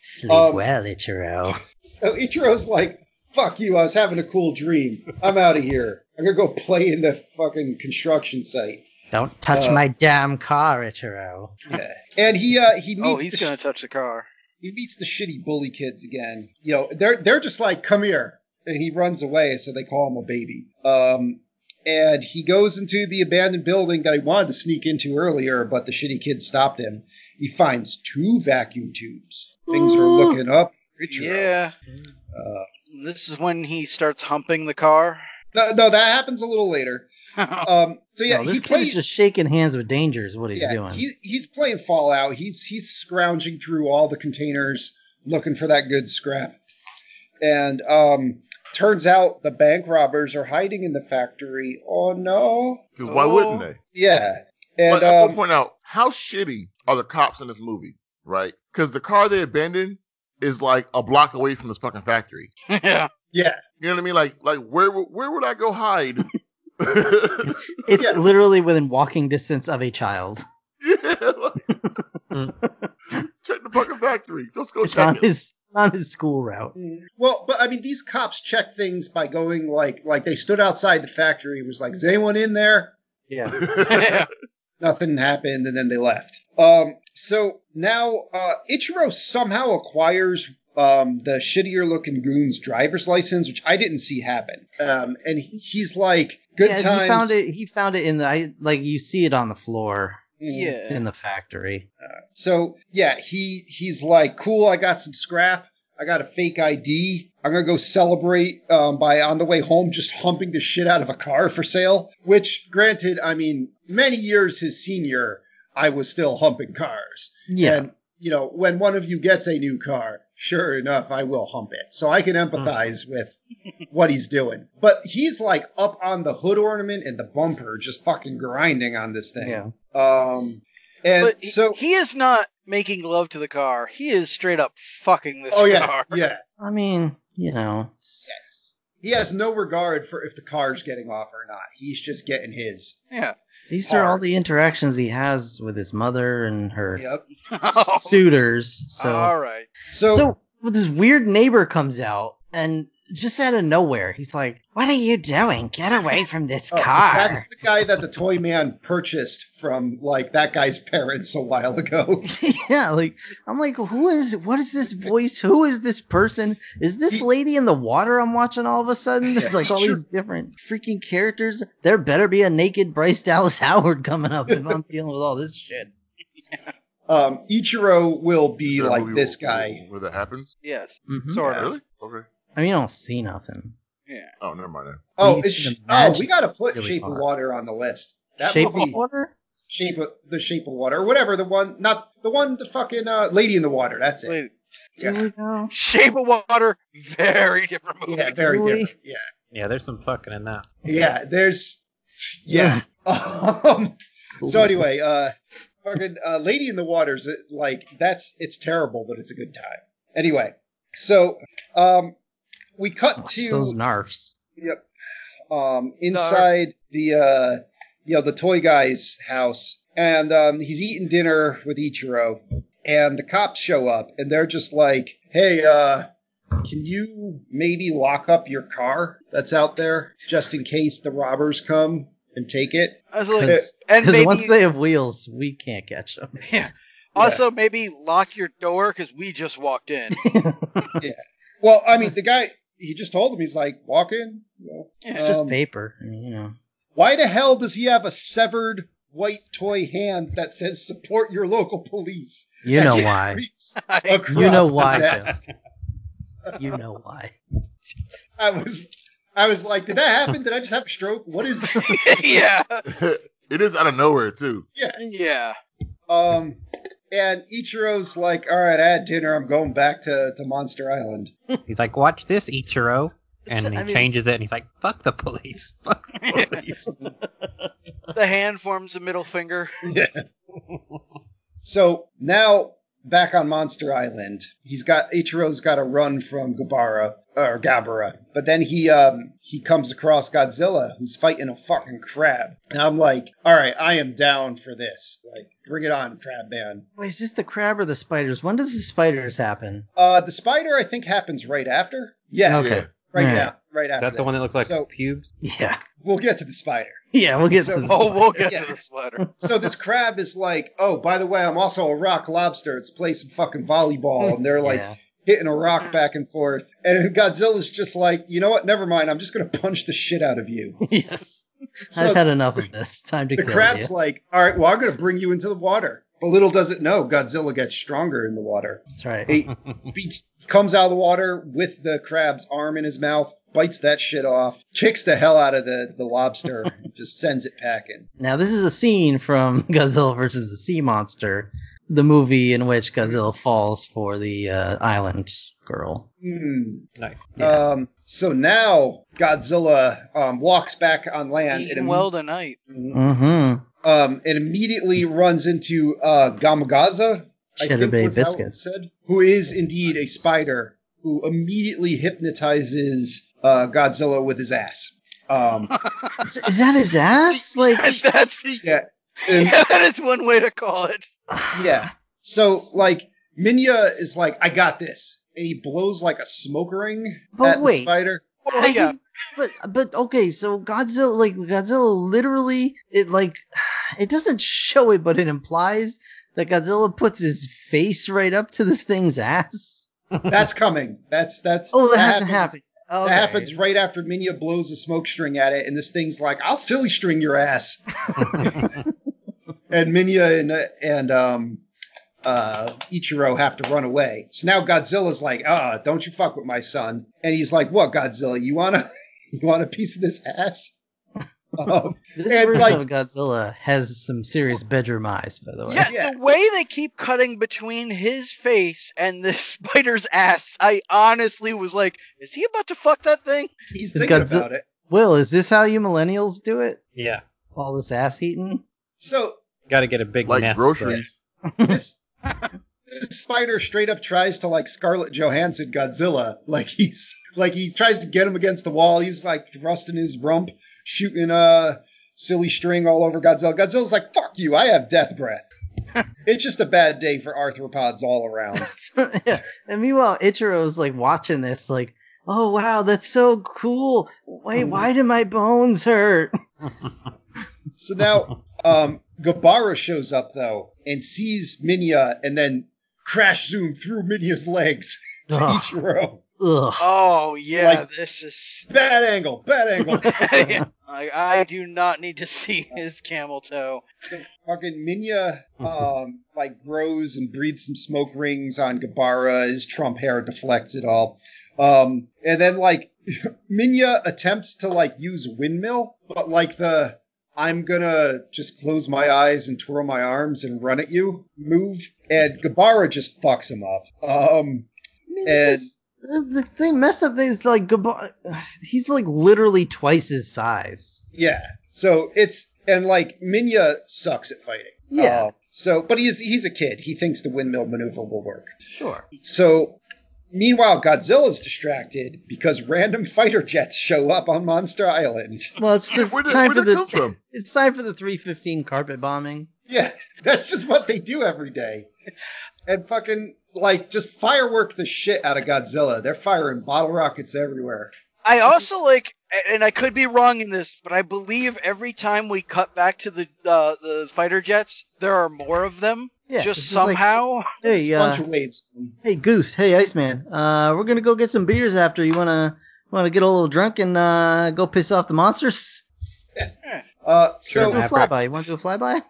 Sleep Um, well, Ichiro. So Ichiro's like, fuck you, I was having a cool dream. I'm out of here. I'm gonna go play in the fucking construction site. Don't touch uh, my damn car, Ichiro. Yeah. And he uh he meets Oh, he's the gonna touch the car. he meets the shitty bully kids again. You know, they're they're just like, come here. And he runs away, so they call him a baby. Um and he goes into the abandoned building that he wanted to sneak into earlier, but the shitty kids stopped him. He finds two vacuum tubes. Things are looking up. Ichiro. Yeah. Uh, This is when he starts humping the car. no, no, that happens a little later. Um, so yeah, No, this he kid's plays just shaking hands with danger is what he's yeah, doing. He, he's playing Fallout. He's he's scrounging through all the containers looking for that good scrap. And um, turns out the bank robbers are hiding in the factory. Oh no! 'Cause why wouldn't they? Yeah, Oh. and but I will um, point out how shitty are the cops in this movie, right? Because the car they abandoned is like a block away from this fucking factory. yeah. yeah, You know what I mean? Like, like where would- where would I go hide? yeah, it's yeah. literally within walking distance of a child. like, check the fucking factory. Let's Oh, go It's on check it. his it's on his school route. well, but I mean, these cops check things by going like like they stood outside the factory and was like, "Is anyone in there?" Yeah. yeah. nothing happened, and then they left. Um, so now uh, Ichiro somehow acquires um, the shittier looking goon's driver's license, which I didn't see happen. Um, and he, he's like, "Good Yeah, times." He found it. He found it in the I, like you see it on the floor Yeah. in the factory. Mm. So yeah, he he's like, "Cool, I got some scrap. I got a fake ID. I'm gonna go celebrate um, by on the way home, just humping the shit out of a car for sale." Which, granted, I mean, many years his senior, I was still humping cars. Yeah, And, you know, when one of you gets a new car, sure enough, I will hump it. So I can empathize with what he's doing. But he's like up on the hood ornament and the bumper, just fucking grinding on this thing. yeah. Um, and But he- so, he is not making love to the car. He is straight up fucking this oh yeah, car. yeah. I mean, you know, it's- He has no regard for if the car's getting off or not. He's just getting his. Yeah. these are all Hard. the interactions he has with his mother and her Yep. suitors. So, All right. So, so well, this weird neighbor comes out and just out of nowhere, he's like, "What are you doing? Get away from this oh, car!" that's the guy that the toy man purchased from like that guy's parents a while ago. yeah, like I'm like, who is? What is this voice? Who is this person? Is this lady in the water I'm watching all of a sudden? There's like all Sure. these different freaking characters. There better be a naked Bryce Dallas Howard coming up if I'm dealing with all this shit. Um, Ichiro will be That like movie this will- guy. Where that happens? Oh, Yes. Mhm. Mm-hmm. Sort of. Really? Okay. I mean, I don't see nothing. Oh, never mind that. Oh, We've it's seen sh- the oh, magic we got to put really Shape of hard. Water on the list. That Shape movie, of water. Shape of the Shape of Water, or whatever the one, not the one, the fucking uh, Lady in the Water. That's it. Wait. Do Yeah. we know? Shape of Water, very different movie. Yeah, very Really? different. Yeah, yeah, there's some fucking in that. yeah. There's yeah. um, so anyway, uh, fucking uh, Lady in the Water's uh, like that's it's terrible, but it's a good time. Anyway, so um, we cut Watch to Oh, those narfs. um, inside the uh, you know the toy guy's house, and um, he's eating dinner with Ichiro, and the cops show up, and they're just like, "Hey, uh, can you maybe lock up your car that's out there just in case the robbers come and take it?" I was like, 'Cause- and Because maybe once they have wheels, we can't catch them. yeah. Also, maybe lock your door because we just walked in. Well, I mean, the guy he just told him he's like, "Walk in." You know, Yeah. It's just Um, paper. I mean, you know. Why the hell does he have a severed white toy hand that says "Support your local police"? You know That why. creeps I- across You know the why, desk. You know why. I was, I was like, did that happen? Did I just have a stroke? What is? yeah. it is out of nowhere too. Yeah. Um, and Ichiro's like, all right, I had dinner. I'm going back to to Monster Island. He's like, watch this, Ichiro. And It's- he I mean- changes it and he's like, fuck the police. Fuck the police. The hand forms a middle finger. So now back on Monster Island, he's got Ichiro's got to run from Gabara or Gabara, but then he um he comes across Godzilla who's fighting a fucking crab, and I'm like, all right, I am down for this. Like, bring it on, crab man. Wait, is this the crab or the spiders? When does the spiders happen? Uh, the spider I think happens right after. Yeah, Okay. Yeah. right All right. now, right Hmm. Is after. that the this. one that looks like So pubes? Yeah. we'll get to the spider. Yeah, we'll get So- to the Oh, we'll get Yeah. to the sweater. so this crab is like, oh, by the way, I'm also a rock lobster. Let's play some fucking volleyball. And they're like Yeah. hitting a rock back and forth. And Godzilla's just like, you know what? Never mind. I'm just going to punch the shit out of you. yes. So I've had enough of this. Time to the kill crab's you. like, all right, well, I'm going to bring you into the water. But little does it know, Godzilla gets stronger in the water. That's right. He beats, comes out of the water with the crab's arm in his mouth, bites that shit off, kicks the hell out of the, the lobster, and just sends it packing. Now, this is a scene from Godzilla versus the Sea Monster, the movie in which Godzilla falls for the uh, island girl. Hmm. Nice. Yeah. Um, so now Godzilla um, walks back on land and, Eating im- well tonight. Mm-hmm. um, and immediately runs into uh, Gamagaza, I Cheddar think Bay was how it Biscuits. said, who is indeed a spider who immediately hypnotizes uh, Godzilla with his ass. Um, Is, is that his ass? Like, that's Yeah. and- yeah, that is one way to call it. yeah. So like Minya is like, I got this. And he blows like a smoke ring But at the wait. spider. Well, yeah. But but okay, so Godzilla like Godzilla literally it like it doesn't show it, but it implies that Godzilla puts his face right up to this thing's ass. That's coming. That's that's Oh, that, hasn't happens. happened. Okay. That happens right after Minya blows a smoke string at it, and this thing's like, "I'll silly string your ass." and Minya and uh, and um, uh, Ichiro have to run away. So now Godzilla's like, "Ah, don't you fuck with my son?" And he's like, "What, Godzilla? You wanna you want a piece of this ass?" Um, This and, version like- of Godzilla has some serious bedroom eyes, by the way. Yeah, Yeah. the way they keep cutting between his face and this spider's ass, I honestly was like, is he about to fuck that thing? he's It's thinking Godzi- about it. Will, is this how you millennials do it? Yeah. All this ass eating? So Gotta get a big Like nest. groceries. this. This spider straight up tries to like Scarlett Johansson Godzilla. Like he's like he tries to get him against the wall. He's like thrusting his rump, shooting uh silly string all over Godzilla. Godzilla's like, fuck you, I have death breath. it's just a bad day for arthropods all around. yeah. And meanwhile, Ichiro's like watching this, like, oh wow, that's so cool. Wait, why do my bones hurt? so now um Gabara shows up though and sees Minya and then crash zoom through Minya's legs to Ugh. Ichiro. Uh, Ugh. Oh, yeah, Like- this is. Bad angle, bad angle. I, I do not need to see his camel toe. Fucking Minya, um, like grows and breathes some smoke rings on Gabara. His Trump hair deflects it all, um, and then like Minya attempts to like use windmill, but like the I'm gonna just close my eyes and twirl my arms and run at you move, and Gabara just fucks him up. Um, I mean, this is- uh, the, the thing mess up thing is like Gabar. He's like literally twice his size. yeah, so it's and like Minya sucks at fighting. Yeah. Uh, so, but he's he's a kid. He thinks the windmill maneuver will work. Sure. So, meanwhile, Godzilla's distracted because random fighter jets show up on Monster Island. Well, it's the Where did, time where for did it come the from? it's time for the three fifteen carpet bombing. Yeah, that's just what they do every day. And fucking, like, just firework the shit out of Godzilla. They're firing bottle rockets everywhere. I also like, and I could be wrong in this, but I believe every time we cut back to the uh, the fighter jets, there are more of them. Yeah. just this is like, somehow. There's hey, a bunch uh, of waves. hey, Goose. Hey, Iceman. Uh, we're gonna go get some beers after. You wanna wanna get a little drunk and uh, go piss off the monsters? Uh, Sure, so, Do a Maverick. flyby. You wanna do a flyby?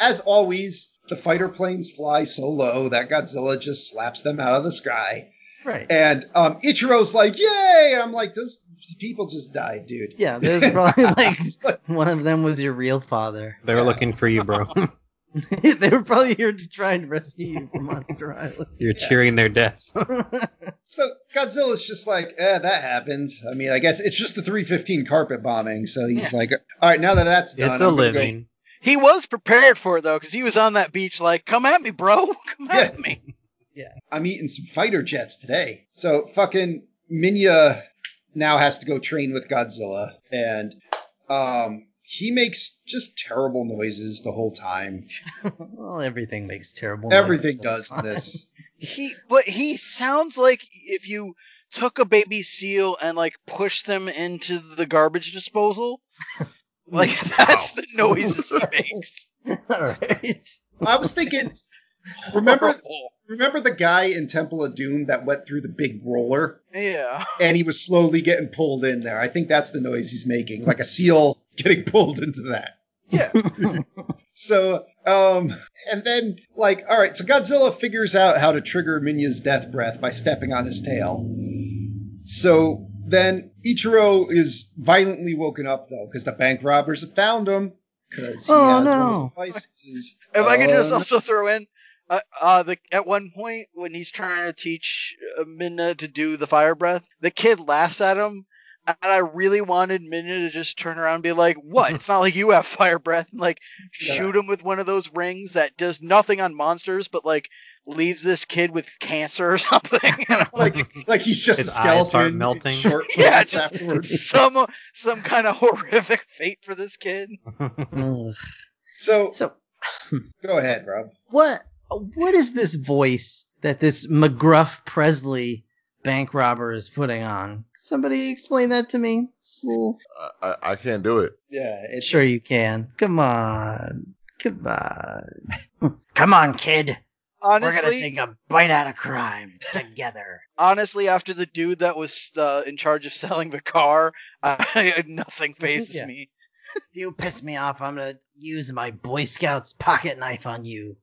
as always, the fighter planes fly so low that Godzilla just slaps them out of the sky. Right. And um, Ichiro's like, "Yay!" And I'm like, "Those people just died, dude." Yeah, there's probably like one of them was your real father. They were looking for you, bro. they were probably here to try and rescue you from Monster Island. You're cheering their death. So Godzilla's just like, "Eh, that happened." I mean, I guess it's just the 315 carpet bombing. So he's like, "All right, now that that's done, It's a I'm gonna go- living. He was prepared for it though, because he was on that beach like, "Come at me, bro! Come at me!" I'm eating some fighter jets today. So fucking Minya now has to go train with Godzilla, and um, he makes just terrible noises the whole time. well, everything makes terrible. noises Everything all the does time. this. He, but he sounds like if you took a baby seal and like pushed them into the garbage disposal. Like that's the noises he makes. all right. I was thinking, remember, remember the guy in Temple of Doom that went through the big roller, Yeah, and he was slowly getting pulled in there. I think that's the noise he's making, like a seal getting pulled into that. yeah. So, um, and then, like, all right, so Godzilla figures out how to trigger Minya's death breath by stepping on his tail. So then Ichiro is violently woken up, though, because the bank robbers have found him. Because he Oh, has one no. of the licenses. If I could Oh, just no. also throw in, uh, uh, the at one point when he's trying to teach uh, Minna to do the fire breath, the kid laughs at him, and I really wanted Minna to just turn around and be like, "What? it's not like you have fire breath," and like shoot him with one of those rings that does nothing on monsters, but like leaves this kid with cancer or something. And I'm like, Like, like he's just His a eyes start skeleton. melting. Short Yeah, yeah, just- afterwards. some some kind of horrific fate for this kid. Ugh. So So go ahead, Rob. what? What is this voice that this McGruff Presley bank robber is putting on? Somebody explain that to me. It's a little- I, I, I can't do it. Yeah, it's Sure, you can. Come on. Come on. Come on, kid. Honestly, We're gonna take a bite out of crime together. honestly, after the dude that was uh, in charge of selling the car, I, nothing phases Yeah. me. If you piss me off, I'm gonna use my Boy Scout's pocket knife on you.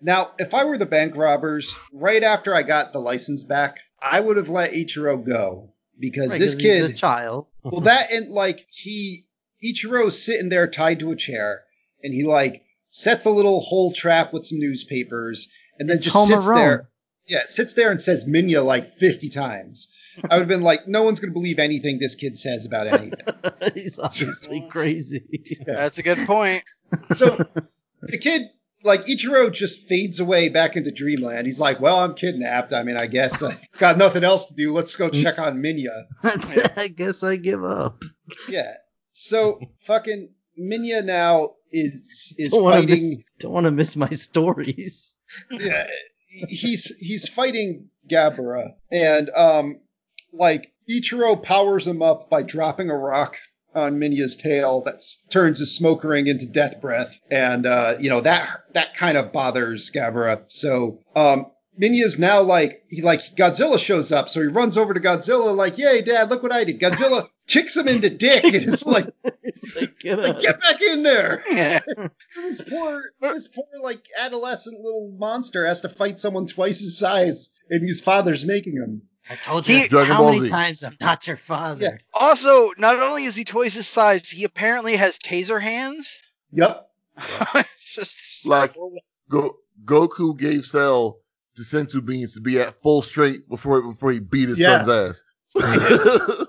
Now, if I were the bank robbers, right after I got the license back, I would have let Ichiro go because Right, this 'cause he's a kid, child. well, that and like he, Ichiro's sitting there tied to a chair, and he like sets a little hole trap with some newspapers, and then just Home sits Alone. there. Yeah, sits there and says Minya like fifty times. I would have been like, no one's going to believe anything this kid says about anything. he's obviously crazy. Yeah. That's a good point. so the kid like Ichiro just fades away back into dreamland. He's like, "Well, I'm kidnapped. I mean, I guess I got nothing else to do. Let's go check on Minya." That's- I guess I give up. Yeah. So fucking Minya now is is Don't want to miss. fighting. Don't want to miss my stories. Yeah, he's he's fighting Gabara, and um, like Ichiro powers him up by dropping a rock on Minya's tail that s- turns his smoke ring into death breath, and uh, you know that that kind of bothers Gabara. So um, Minya's now like he like Godzilla shows up, so he runs over to Godzilla like, "Yay, Dad! Look what I did!" Godzilla kicks him into dick, and it's like, It's like, get like up. "Get back in there!" Yeah. So this poor, this poor like adolescent little monster has to fight someone twice his size, and his father's making him. I told He- you Dragon how Ball many Z. times I'm not your father. Also, not only is he twice his size, he apparently has taser hands. Yep. It's just Like- Go, Goku gave Cell the Sensu beans to be at full strength before before he beat his Yeah. son's ass.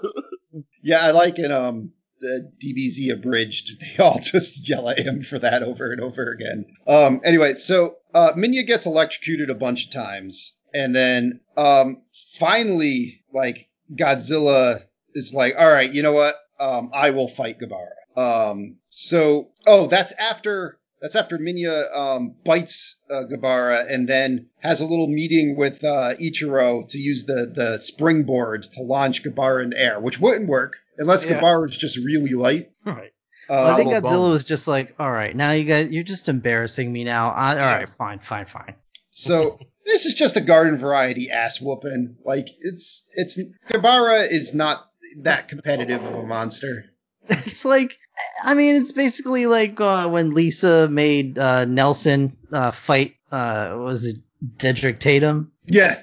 Yeah, I like in um the DBZ abridged. They all just yell at him for that over and over again. Um. Anyway, so uh, Minya gets electrocuted a bunch of times, and then um finally, like Godzilla is like, all right, you know what? Um, I will fight Gabara. Um, so, oh, that's after that's after Minya um, bites uh, Gabara and then has a little meeting with uh, Ichiro to use the the springboard to launch Gabara in the air, which wouldn't work unless Yeah. Gabara was just really light. Right. I Uh, think Hollow Godzilla bone. was just like, all right, now you guys, you're just embarrassing me now. I, all right, fine, fine, fine. so this is just a garden variety ass whooping. Like it's it's Gabara is not that competitive of a monster. It's like, I mean, it's basically like uh, when Lisa made uh, Nelson uh, fight. Uh, was it Dedrick Tatum? Yeah,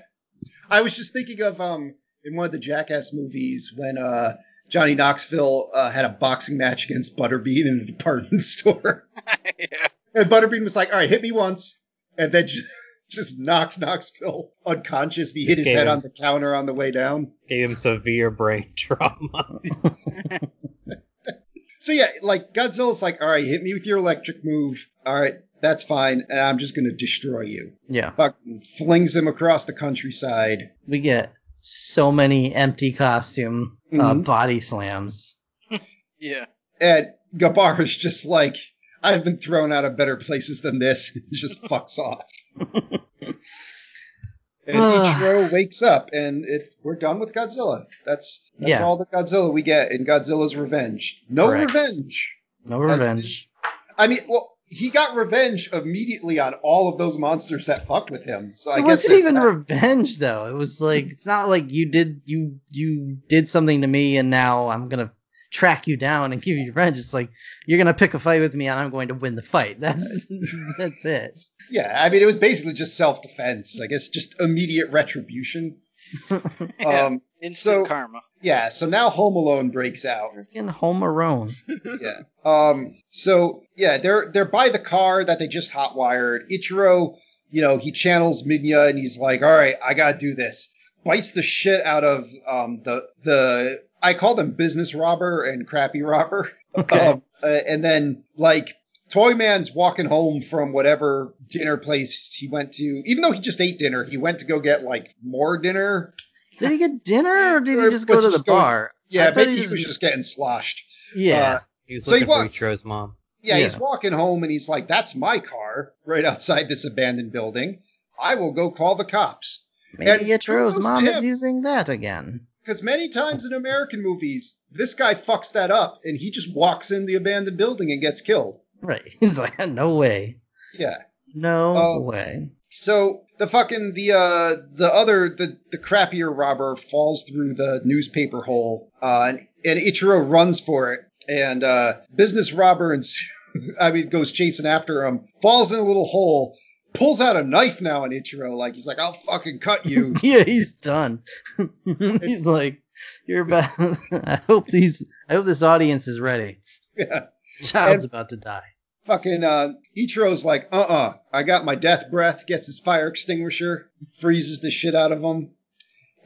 I was just thinking of um in one of the Jackass movies when uh Johnny Knoxville uh, had a boxing match against Butterbean in a department store, yeah. and Butterbean was like, "All right, hit me once," and then just, just knocked Knoxville unconscious. He hit Just his gave head him- on the counter on the way down. Gave him severe brain trauma. So yeah, like Godzilla's like, "All right, hit me with your electric move." All right, that's fine, and I'm just gonna destroy you. Yeah. Fucking flings him across the countryside. We get so many empty costume uh, Mhm. body slams. Yeah. And Gabara's just like, I've been thrown out of better places than this. just fucks off. and Ichiro wakes up, and it, we're done with Godzilla. That's, that's Yeah. all the Godzilla we get in Godzilla's Revenge. No Correct. revenge. No That's- revenge. I mean, well, he got revenge immediately on all of those monsters that fucked with him. So I it guess wasn't there's even that. revenge though. It was like it's not like you did you you did something to me and now I'm gonna track you down and give you revenge. It's like you're gonna pick a fight with me and I'm going to win the fight. That's that's it. yeah. I mean, it was basically just self defense. I guess just immediate retribution. Yeah. Um, Instant So- karma. yeah. So now Home Alone breaks out. Freaking Home Alone. yeah. Um. So yeah, they're they're by the car that they just hotwired. Ichiro, you know, he channels Minya and he's like, "All right, I gotta do this." Bites the shit out of um the the I call them business robber and crappy robber. Okay. Um, uh, and then like Toy Man's walking home from whatever dinner place he went to. Even though he just ate dinner, he went to go get like more dinner. did he get dinner or did he Or just was go to he the just going- uh, bar? I Yeah, thought maybe he he just- was just getting sloshed. Yeah. Uh, He was So he looking for walks. Ichiro's mom. yeah, he's Yeah. walking home and he's like, "That's my car right outside this abandoned building. I will go call the cops." Maybe and Ichiro's kudos to mom is him. using that again. Because many times in American movies, this guy fucks that up and he just walks in the abandoned building and gets killed. Right. He's like, no way. Yeah. No Oh. way. So the fucking the uh the other the the crappier robber falls through the newspaper hole uh, and, and Ichiro runs for it and uh business robber and I mean goes chasing after him falls in a little hole pulls out a knife now on Ichiro like he's like I'll fucking cut you yeah, he's done. he's like, you're about. I hope these. I hope this audience is ready. Yeah. Child's about to die. fucking uh Ichiro's like uh-uh I got my death breath gets his fire extinguisher freezes the shit out of him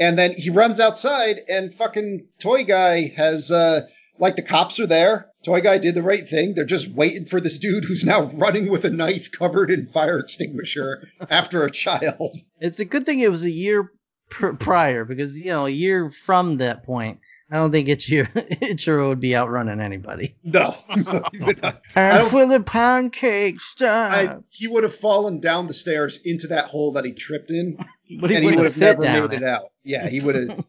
and then he runs outside and fucking toy guy has uh like the cops are there toy guy did the right thing they're just waiting for this dude who's now running with a knife covered in fire extinguisher after a child It's a good thing it was a year pr- prior because you know a year from that point, I don't think Ichiro, Ichiro would be outrunning anybody. no, no he would not. And don't- for the pancake I, stop, he would have fallen down the stairs into that hole that he tripped in but he and he would would have have fit never down made it it. out yeah he would have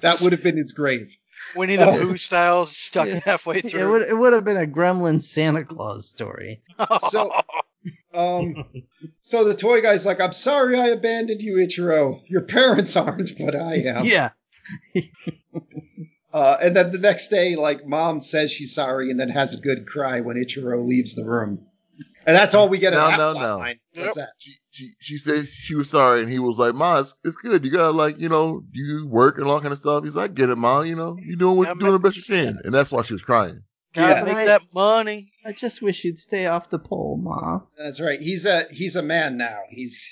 that would have been his grave Winnie the Oh. Pooh style, stuck Yeah. halfway It through. would it would have been a Gremlin Santa Claus story. So- Um, so the toy guy's like, I'm sorry I abandoned you, Ichiro. Your parents aren't, but I am. Yeah, Uh, and then the next day, like, mom says she's sorry and then has a good cry when Ichiro leaves the room. And that's all we get No, out no, of that no. line. Nope. What's that? She, she, she said she was sorry, and he was like, "Ma, it's, it's good. You gotta like, you know, you work and all kind of stuff." He's like, "I get it, Ma. You know, you doing what Yeah, you're doing the best you can," and that's why she was crying. Gotta Yeah. make Right. that money. I just wish you'd stay off the pole, Ma. That's right. He's a he's a man now. He's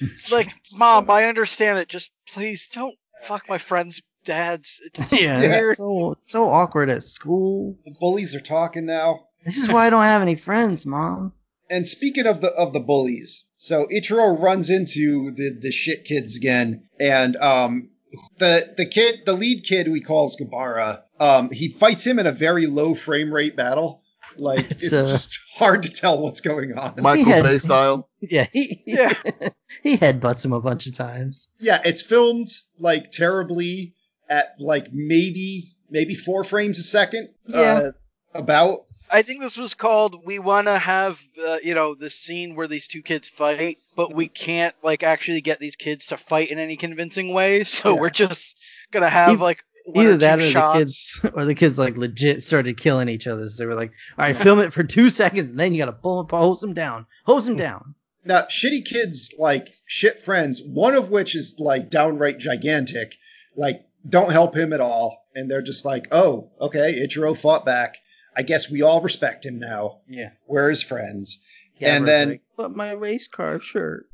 It's like, Mom, I understand it. Just please don't fuck my friend's dads. It's Yeah, Yeah. it's so it's so awkward at school. the bullies are talking now. This is why I don't have any friends, Mom. And speaking of the of the bullies, so Ichiro runs into the the shit kids again, and um the the kid the lead kid we calls Gabara, um he fights him in a very low frame rate battle. Like It's, it's, uh, just hard to tell what's going on. Michael had- Bay style. Yeah, he, Yeah. he headbutts him a bunch of times. yeah, it's filmed like terribly at like maybe maybe four frames a second. Yeah. Uh, about I think this was called "We Want to Have," uh, you know, the scene where these two kids fight, but we can't like actually get these kids to fight in any convincing way. So Yeah. we're just gonna have Either- like one Either or that two or shots. the kids or the kids like legit started killing each other. So they were like, "All right, film it for two seconds, and then you gotta pull him, hose him down, hose him down." Now, shitty kids like shit friends, one of which is like downright gigantic, like don't help him at all. And they're just like, oh, okay, Ichiro fought back. I guess we all respect him now. Yeah. We're his friends. Gabbard's and then like, but my race car shirt.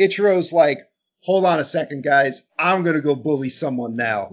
Ichiro's like, hold on a second, guys. I'm going to go bully someone now.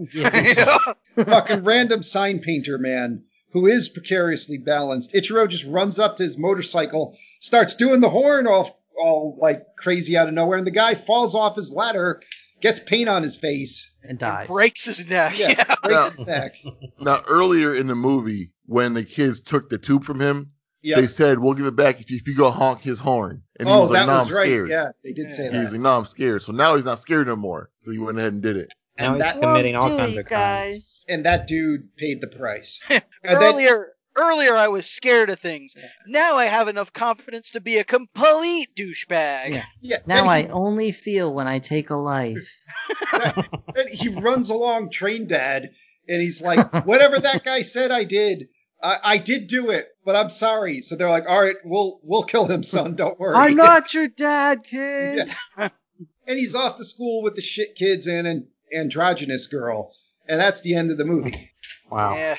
fucking random sign painter man who is precariously balanced. Ichiro just runs up to his motorcycle, starts doing the horn all, all like crazy out of nowhere, and the guy falls off his ladder, gets paint on his face. and dies. Breaks his neck. Yeah, Yeah. breaks his neck. Now, earlier in the movie, when the kids took the tube from him, Yeah. they said, "We'll give it back if you, if you go honk his horn." And he Oh, was like, that "No, was I'm right. scared." Yeah, they did say He was that. like, "No, I'm scared." So now he's not scared no more. So he went ahead and did it. Now And he's that- committing all Won't do kinds you of crimes. guys. And that dude paid the price. And then- Earlier, earlier I was scared of things. Now I have enough confidence to be a complete douchebag. Yeah. yeah, Now then I only feel when I take a life. And he runs along train dad and he's like whatever that guy said i did i, I did do it but i'm sorry so they're like all right we'll we'll kill him son don't worry I'm not your dad, kid. Yeah. and he's off to school with the shit kids and an androgynous girl and that's the end of the movie Wow. Yeah.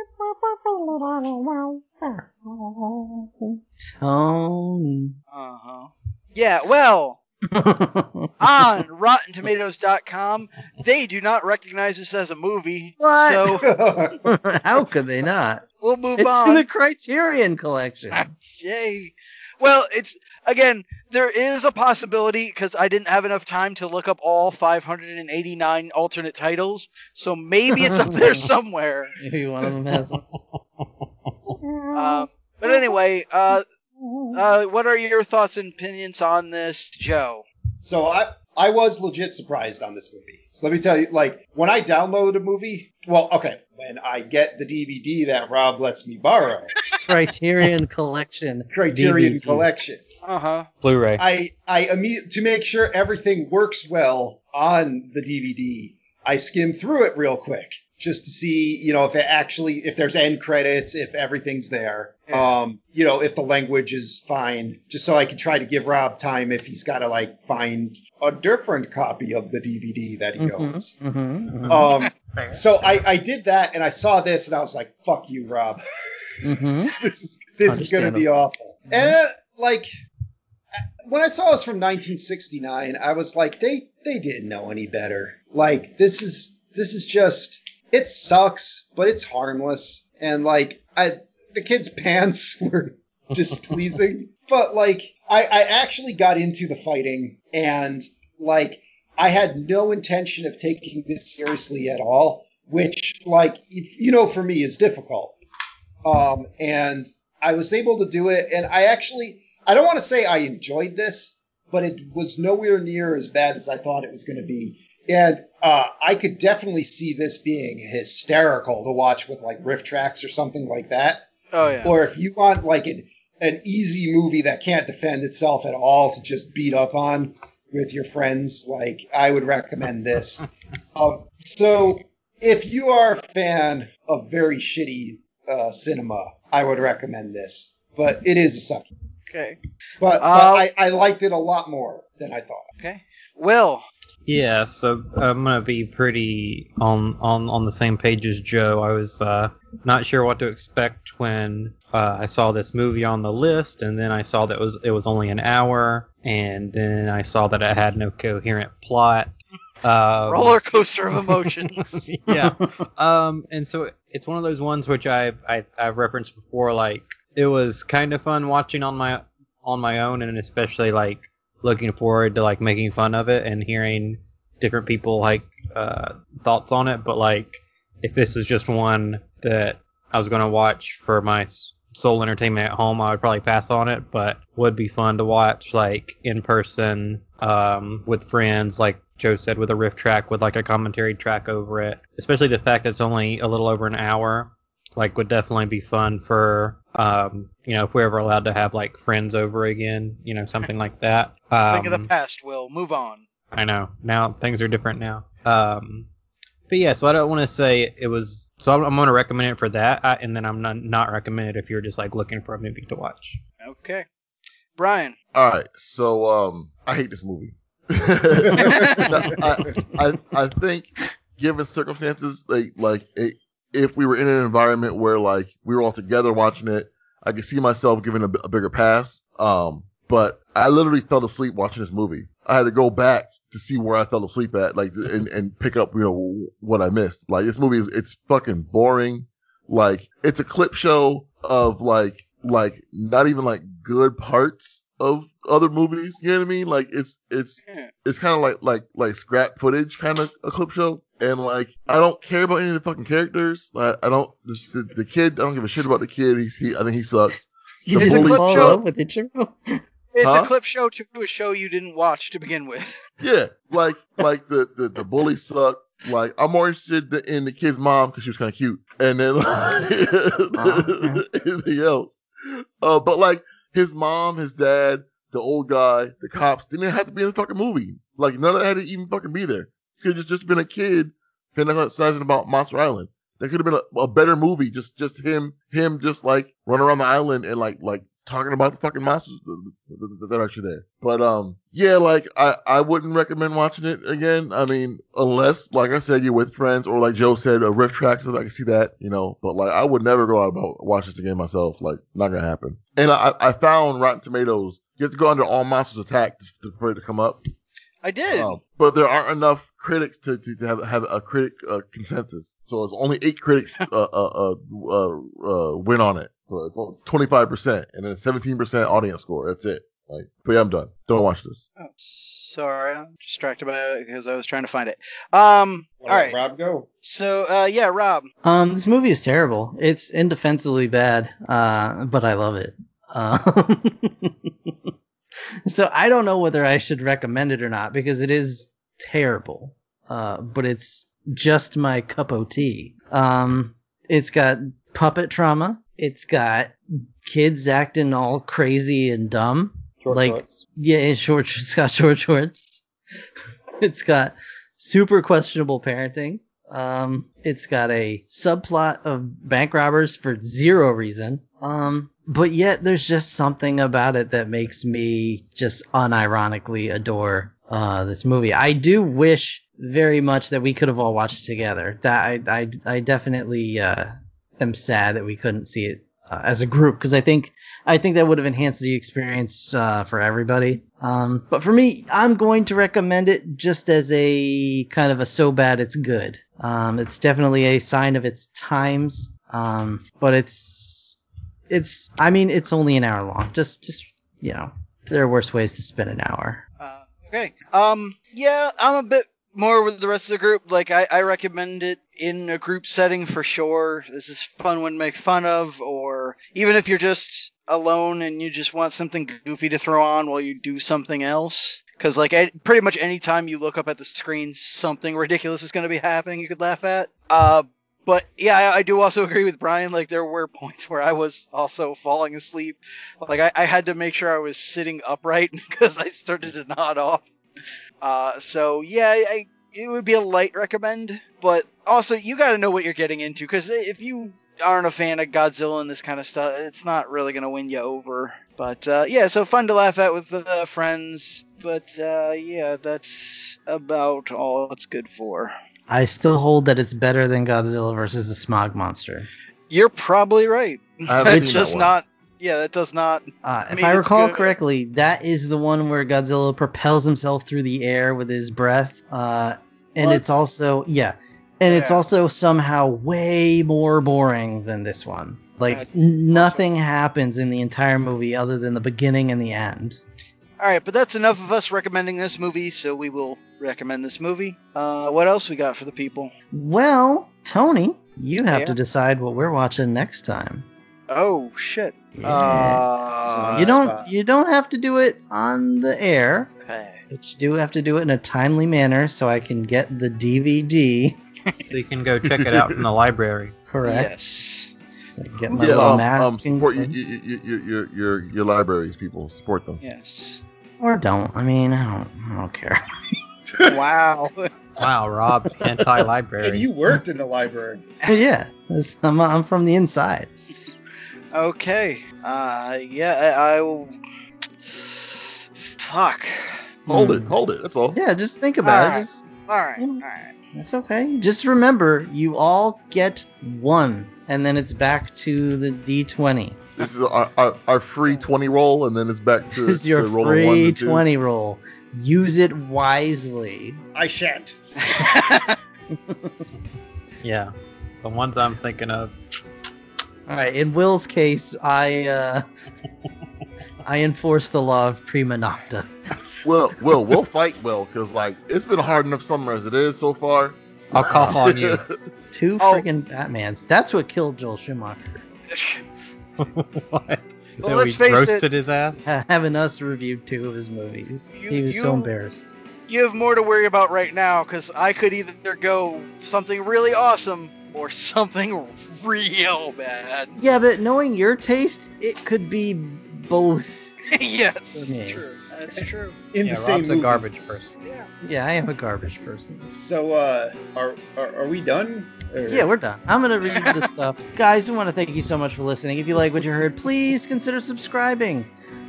Tony. Uh-huh. Yeah, well, on RottenTomatoes.com, they do not recognize this as a movie. What? So How could they not? we'll move It's on. in the Criterion collection. Yay. Well, it's again, there is a possibility because I didn't have enough time to look up all 589 alternate titles, so maybe it's up there somewhere. Maybe one of them has one. Uh, Um, but anyway, uh, uh, what are your thoughts and opinions on this, Joe? so i i was legit surprised on this movie so let me tell you like when i download a movie well okay when i get the dvd that rob lets me borrow Criterion collection. criterion DVD. collection Uh huh. Blu-ray. I I imme- to make sure everything works well on the DVD. I skim through it real quick just to see, you know, if it actually if there's end credits, if everything's there. Um, you know, if the language is fine, just so I can try to give Rob time if he's got to like find a different copy of the DVD that he Mhm, owns. mhm, mhm, Um, so I, I did that and I saw this and I was like, fuck you, Rob mhm. this is this is gonna be awful. And uh, like when I saw this from 1969, I was like, they they didn't know any better. Like this is this is just it sucks, but it's harmless. And like I the kid's pants were displeasing, but like I I actually got into the fighting and like I had no intention of taking this seriously at all, which like if, you know for me is difficult um, and I was able to do it. And I actually, I don't want to say I enjoyed this, but it was nowhere near as bad as I thought it was going to be. And uh, I could definitely see this being hysterical to watch with like riff tracks or something like that. Oh, yeah. Or if you want like an an easy movie that can't defend itself at all to just beat up on with your friends, like I would recommend this. um, so if you are a fan of very shitty uh, cinema, I would recommend this. But it is a suck. Okay. But, but Uh, I, I liked it a lot more than I thought. Okay. Will. Yeah, so I'm gonna be pretty on on on the same page as Joe. I was uh, not sure what to expect when uh, I saw this movie on the list, and then I saw that it was it was only an hour, and then I saw that it had no coherent plot. Um, roller coaster of emotions. yeah. Um, and so it's one of those ones which I, I I've referenced before. Like it was kind of fun watching on my on my own, and especially like looking forward to like making fun of it and hearing different people like uh, thoughts on it. But like if this is just one that I was going to watch for my s- sole entertainment at home, I would probably pass on it. But would be fun to watch like in person um, with friends, like Joe said, with a riff track with like a commentary track over it. Especially the fact that it's only a little over an hour, like would definitely be fun for um, you know if we're ever allowed to have like friends over again, you know something like that. Think of Um, the past, Will. Move on. I know. Now things are different now. Um, but yeah, so I don't want to say it was. So I'm, I'm going to recommend it for that, I, and then I'm not not recommend it if you're just like looking for a movie to watch. Okay. Brian. All right, so um, I hate this movie. I, I I think given circumstances, like like it, if we were in an environment where like we were all together watching it, I could see myself giving a, b- a bigger pass. Um, but I literally fell asleep watching this movie. I had to go back to see where I fell asleep at, like and and pick up you know what I missed. Like this movie is it's fucking boring. Like it's a clip show of like like not even like good parts of other movies. You know what I mean? Like it's it's Yeah. it's kind of like like like scrap footage kind of a clip show. And like I don't care about any of the fucking characters. Like I don't the, the, the kid. I don't give a shit about the kid. He's, he I think he sucks. You The didn't bully fall in show- love with it, you? It's Huh? a clip show to a show you didn't watch to begin with. Yeah, like like the the, the bully sucked. Like I'm more interested th- in the kid's mom because she was kind of cute, and then like, Wow. anything else. Uh, but like his mom, his dad, the old guy, the cops didn't even have to be in the fucking movie. Like none of that had to even fucking be there. Could just just been a kid fantasizing about Monster Island. There could have been a, a better movie. Just just him him just like running around the island and like like talking about the fucking monsters th- th- th- that are actually there. But um, yeah, like I I wouldn't recommend watching it again. I mean, unless like I said, you're with friends or like Joe said, a riff track. So I can see that, you know. But like I would never go out about watch this again myself. Like not gonna happen. And I I found Rotten Tomatoes. You have to go under All Monsters Attack to, to, for it to come up. I did. Um, but there aren't enough critics to, to, to have, have a critic uh, consensus. So it's only eight critics uh, uh, uh, uh, uh, win on it. So it's only 25% and then 17% audience score. That's it. Like, but yeah, I'm done. Don't watch this. Oh, sorry, I'm distracted by it because I was trying to find it. Um, all right. Rob, go. So, uh, yeah, Rob. Um, this movie is terrible. It's indefensibly bad, uh, but I love it. Um, so I don't know whether I should recommend it or not because it is terrible. Uh, but it's just my cup of tea. Um, it's got puppet trauma. It's got kids acting all crazy and dumb. Short Like- shorts. Yeah, it's short. It's got short shorts. it's got super questionable parenting. Um, it's got a subplot of bank robbers for zero reason. Um, but yet there's just something about it that makes me just unironically adore uh this movie. I do wish very much that we could have all watched it together. That I I, I definitely uh am sad that we couldn't see it uh, as a group because I think I think that would have enhanced the experience uh, for everybody. Um, but for me, I'm going to recommend it just as a kind of a so bad it's good. Um, it's definitely a sign of its times, um, but it's it's I mean it's only an hour long. Just just you know there are worse ways to spend an hour. Uh, okay. Um, yeah, I'm a bit more with the rest of the group. Like, I, I recommend it in a group setting for sure. This is fun one to make fun of, or even if you're just alone and you just want something goofy to throw on while you do something else. Because, like, a- pretty much any time you look up at the screen, something ridiculous is going to be happening you could laugh at. Uh, but yeah, I, I do also agree with Brian. Like, there were points where I was also falling asleep like I, I had to make sure I was sitting upright because I started to nod off. Uh, so yeah, I, I- it would be a light recommend, but also you got to know what you're getting into because if you aren't a fan of Godzilla and this kind of stuff, it's not really gonna win you over. But uh, yeah, so fun to laugh at with uh, friends. But uh, yeah, that's about all it's good for. I still hold that it's better than Godzilla versus the Smog Monster. You're probably right. I haven't It seen does that one. not. Yeah, that does not. Uh, if mean, I it's recall good. correctly, that is the one where Godzilla propels himself through the air with his breath. Uh, and What? it's also, yeah. And it's Yeah. also somehow way more boring than this one. Like, Yeah, it's n- nothing happens in the entire movie other than the beginning and the end. All right, but that's enough of us recommending this movie, so we will recommend this movie. Uh, what else we got for the people? Well, Tony, you have Yeah. to decide what we're watching next time. Oh shit! Yeah. Uh, you don't that's you don't have to do it on the air, fine. Okay. but you do have to do it in a timely manner so I can get the DVD. so you can go check it out from the library. Correct. Yes. So get my yeah, little um, mask um, support you, and things. you, you, you, your, your, your libraries, people. Support them. Yes. or don't. I mean, I don't. I don't care. wow. Wow, Rob, anti-library. And you worked in a library. But yeah, it's- I'm, I'm from the inside. Okay. Uh, yeah, I, I will. Fuck. Hold it, hold it. That's all. Mm. Yeah, just think about it. Alright. Just, All right. Yeah. All right. that's okay. Just remember, you all get one, and then it's back to the d20. This is our, our, our free twenty roll, and then it's back to, This is your to roll a one free and twos. 20 roll. Use it wisely. I shan't. Yeah. The ones I'm thinking of. All right. In Will's case, I uh, I enforce the law of prima nocta. Well, well, we'll fight well because like it's been a hard enough summer as it is so far. I'll cough on you. Two Oh. friggin' Batmans. That's what killed Joel Schumacher. what? Well, That let's we face it. roasted his ass. Ha- Having us review two of his movies. You- he was so you- embarrassed. You have more to worry about right now because I could either go something really awesome or something real bad. Yeah, but knowing your taste, it could be both. yes. Yeah. True. That's true. In yeah, the same Rob's movie. a garbage person. Yeah, I am a garbage person. So, uh, are, are are we done? Or- Yeah, we're done. I'm gonna read this stuff, guys. We want to thank you so much for listening. If you like what you heard, please consider subscribing.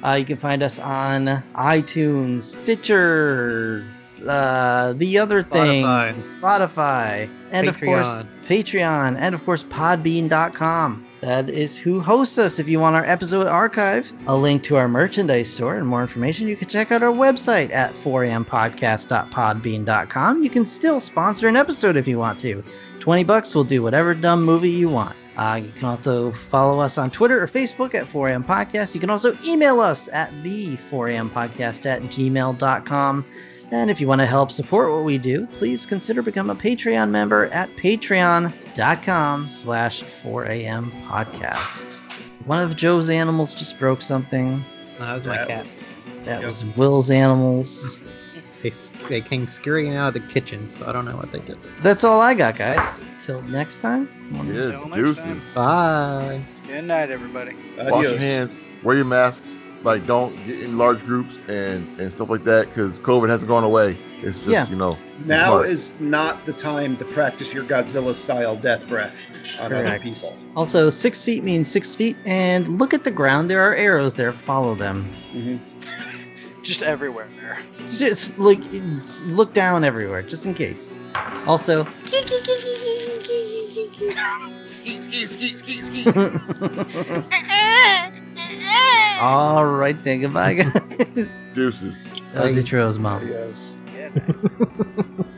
Uh, you can find us on iTunes, Stitcher, uh, the other thing, Spotify. Spotify, and of course Patreon, and of course Podbean.com. That is who hosts us. If you want our episode archive, a link to our merchandise store, and more information, you can check out our website at 4ampodcast.podbean.com. You can still sponsor an episode if you want to. 20 bucks will do whatever dumb movie you want. Uh, you can also follow us on Twitter or Facebook at 4am Podcast. You can also email us at the 4am Podcast at gmail.com. And if you want to help support what we do, please consider become a Patreon member at patreon.com slash 4am podcast. One of Joe's animals just broke something. No, that was my That cat. That Yep. was Will's animals. They, they came scurrying out of the kitchen, so I don't know what they did. That's all I got, guys. Till next time. Yes, Till next time. deuces. Bye. Good night, everybody. Wash your Adios. hands. Wear your masks. Like, don't get in large groups and and stuff like that because COVID hasn't gone away. It's just Yeah. you know Now smart. is not the time to practice your Godzilla style death breath on other Correct. people. Also, six feet means six feet, and look at the ground. There are arrows there. Follow them. Just everywhere. It's Just like it's- look down everywhere, just in case. Also, eh, all right, then goodbye, guys. deuces. That was Ichiro's mom. Yes. Good night.